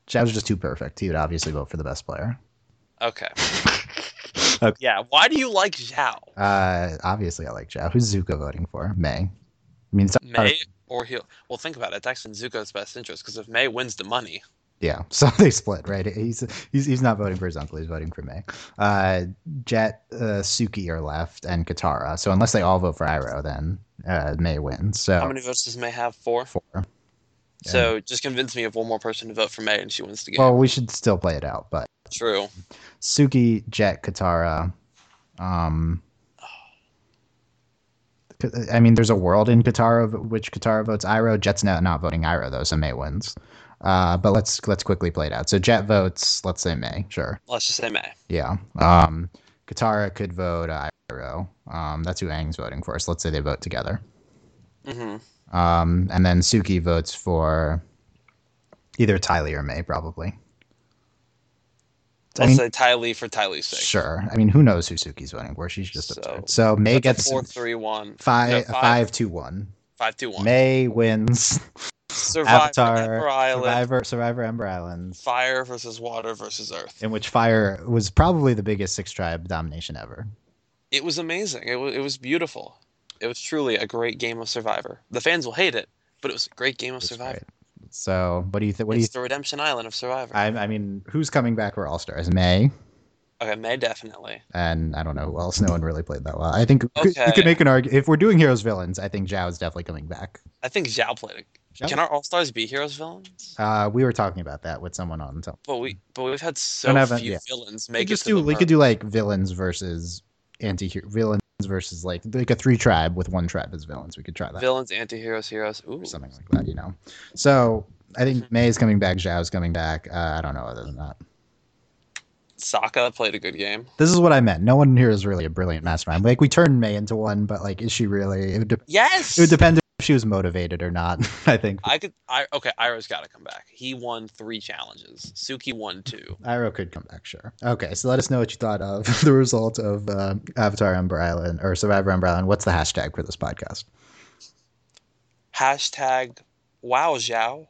Jab's just too perfect. He would obviously vote for the best player. Okay. [LAUGHS] Okay. Yeah. Why do you like Zhao? Uh, obviously, I like Jab. Who's Zuko voting for? May. I mean, it's not- May or he'll. Well, think about it. It's actually in Zuko's best interest because if May wins the money, yeah. [LAUGHS] So they split, right? He's he's he's not voting for his uncle. He's voting for May. Uh, Jet, uh, Suki are left, and Katara. So unless they all vote for Iroh, then uh, May wins. So how many votes does May have? Four. four. Yeah. So just convince me of one more person to vote for May and she wins the game. Well, we should still play it out, but True. Suki, Jet, Katara. Um, I mean, there's a world in Katara v- which Katara votes Iroh. Jet's not, not voting Iroh though, so May wins. Uh, but let's let's quickly play it out. So Jet votes, let's say May, sure, Let's just say May. yeah. Um, Katara could vote Iroh. Um, that's who Aang's voting for. So let's say they vote together. hmm Um, and then Suki votes for either Tylee or May, probably. Let's I mean- say Ty Lee for Ty Lee's sake. Sure. I mean, who knows who Suki's voting for? She's just So, absurd. So May That's gets a four, three, one. five, no, a five. five to one. Five, two, one. May wins. Survivor, Avatar, Ember Island, Survivor, Survivor Ember Islands, Fire versus Water versus Earth. in which fire was probably the biggest six tribe domination ever. It was amazing. It was, it was beautiful. It was truly a great game of Survivor. The fans will hate it, but it was a great game of It was Survivor. great. So, what do you think? What do you? it's the Redemption Island of Survivor. I, I mean, who's coming back for All Stars? May okay, May definitely. and I don't know who else. No one really played that well. I think we could- we Okay. could make an argument if we're doing heroes villains. I think Zhao is definitely coming back. I think Zhao played it. Zhao? Can our All Stars be heroes villains? Uh, we were talking about that with someone on. So But we but we've had so Don't have a- few yeah. villains we make could just it do to the we could Mer- do like villains versus anti villains versus like like a three tribe with one tribe as villains. We could try that villains, anti-heroes, heroes. Ooh, or something like that. You know. So I Mm-hmm. think May is coming back. Zhao is coming back. Uh, I don't know other than that. Sokka played a good game. This is what I meant. No one here is really a brilliant mastermind. Like we turned May into one, but like is she really? It would, de- Yes. it would depend if she was motivated or not. [LAUGHS] I think I could. I okay. Iroh's got to come back. He won three challenges. Suki won two. Iroh could come back, sure. Okay, so let us know what you thought of [LAUGHS] the result of uh, Avatar Umbrella Island or Survivor Umbrella Island. What's the hashtag for this podcast? Hashtag Wow Zhao.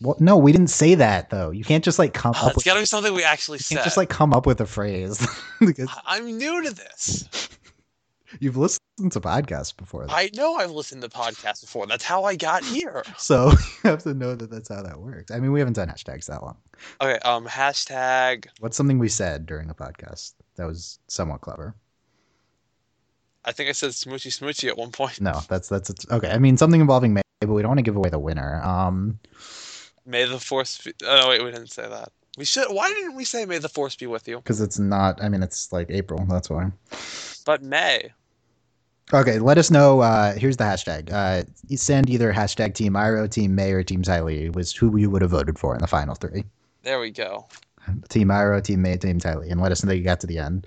Well, no, we didn't say that though. You can't just like come up. it's With, got to be something we actually you said. can't just like come up with a phrase. [LAUGHS] Because I- I'm new to this. You've listened to podcasts before, though. I know I've listened to podcasts before. That's how I got here. so [LAUGHS] you have to know that that's how that works. I mean, we haven't done hashtags that long. Okay. Um. Hashtag. What's something we said during the podcast that was somewhat clever? I think I said smoochy smoochy at one point. No, that's that's it's, okay. I mean, something involving May, but we don't want to give away the winner. Um, May the force. Be- oh no, wait, we didn't say that. We should. Why didn't we say May the force be with you? because it's not. I mean, it's like April. That's why. But May. Okay, let us know. Uh, here's the hashtag. Uh, send either hashtag Team Iro, Team May, or Team Tylee was who you would have voted for in the final three. There we go. Team Iro, Team May, Team Tylee, and let us know that you got to the end.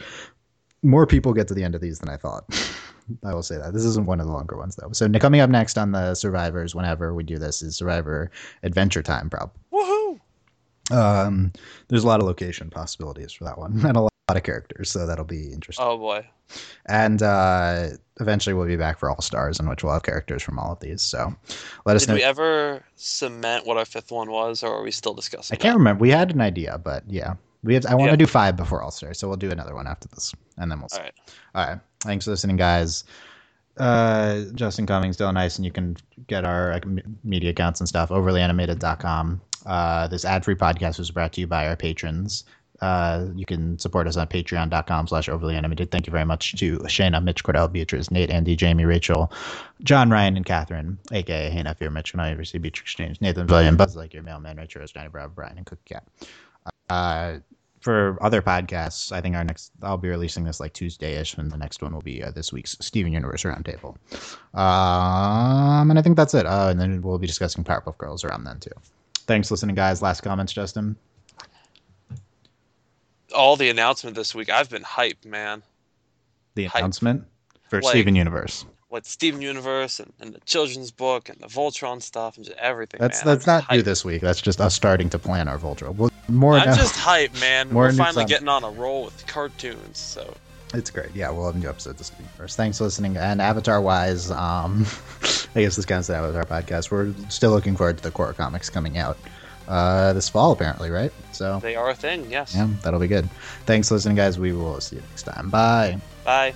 More people get to the end of these than I thought. [LAUGHS] I will say that. This isn't one of the longer ones, though. So, n- coming up next on the Survivors, whenever we do this, is Survivor Adventure Time, probably. Woohoo! Um, there's a lot of location possibilities for that one [LAUGHS] and a lot of characters, so that'll be interesting. Oh boy. and uh, eventually we'll be back for All Stars, in which we'll have characters from all of these. So let us Did know. we ever cement what our fifth one was, or are we still discussing? I can't remember. We had an idea, but yeah, we have. I want to Yeah. do five before All Stars, so we'll do another one after this, and then we'll. See. All right. All right. Thanks for listening, guys. Uh, Justin Cummings, Dylan Ice, and you can get our like, m- media accounts and stuff overlyanimated.com. Uh, this ad-free podcast was brought to you by our patrons. Uh, you can support us on patreon.com slash overlyanimated. Thank you very much to Shayna, Mitch, Cordell, Beatrice, Nate, Andy, Jamie, Rachel, John, Ryan, and Catherine, aka Hannah, Fear, Mitch, and I, Receive Beach Exchange, Nathan, William, Buzz, like your mailman, Richard, Rose, Johnny, Bravo, Brian, and Cookie Cat. Uh, for other podcasts, I think our next I'll be releasing this like Tuesday ish, and the next one will be uh, this week's Steven Universe Roundtable. Um, and I think that's it. Oh, and then we'll be discussing Powerpuff Girls around then too. Thanks for listening, guys. Last comments, Justin. All the announcement this week, I've been hyped, man. The Hype. announcement for Like- Steven Universe. With Steven Universe and, and the children's book and the Voltron stuff and just everything. That's man. that's not I'm due just this week. That's just us starting to plan our Voltron. Well, more hyped. now. I'm just hyped, man. More We're news finally on- getting on a roll with cartoons, so It's great. Yeah, we'll have new episodes this week first. Thanks for listening. And Avatar wise, um, [LAUGHS] I guess this counts as an Avatar podcast. We're still looking forward to the core comics coming out uh, this fall, apparently, right? So, they are a thing. Yes. yeah, that'll be good. Thanks for listening, guys. We will see you next time. Bye. Bye.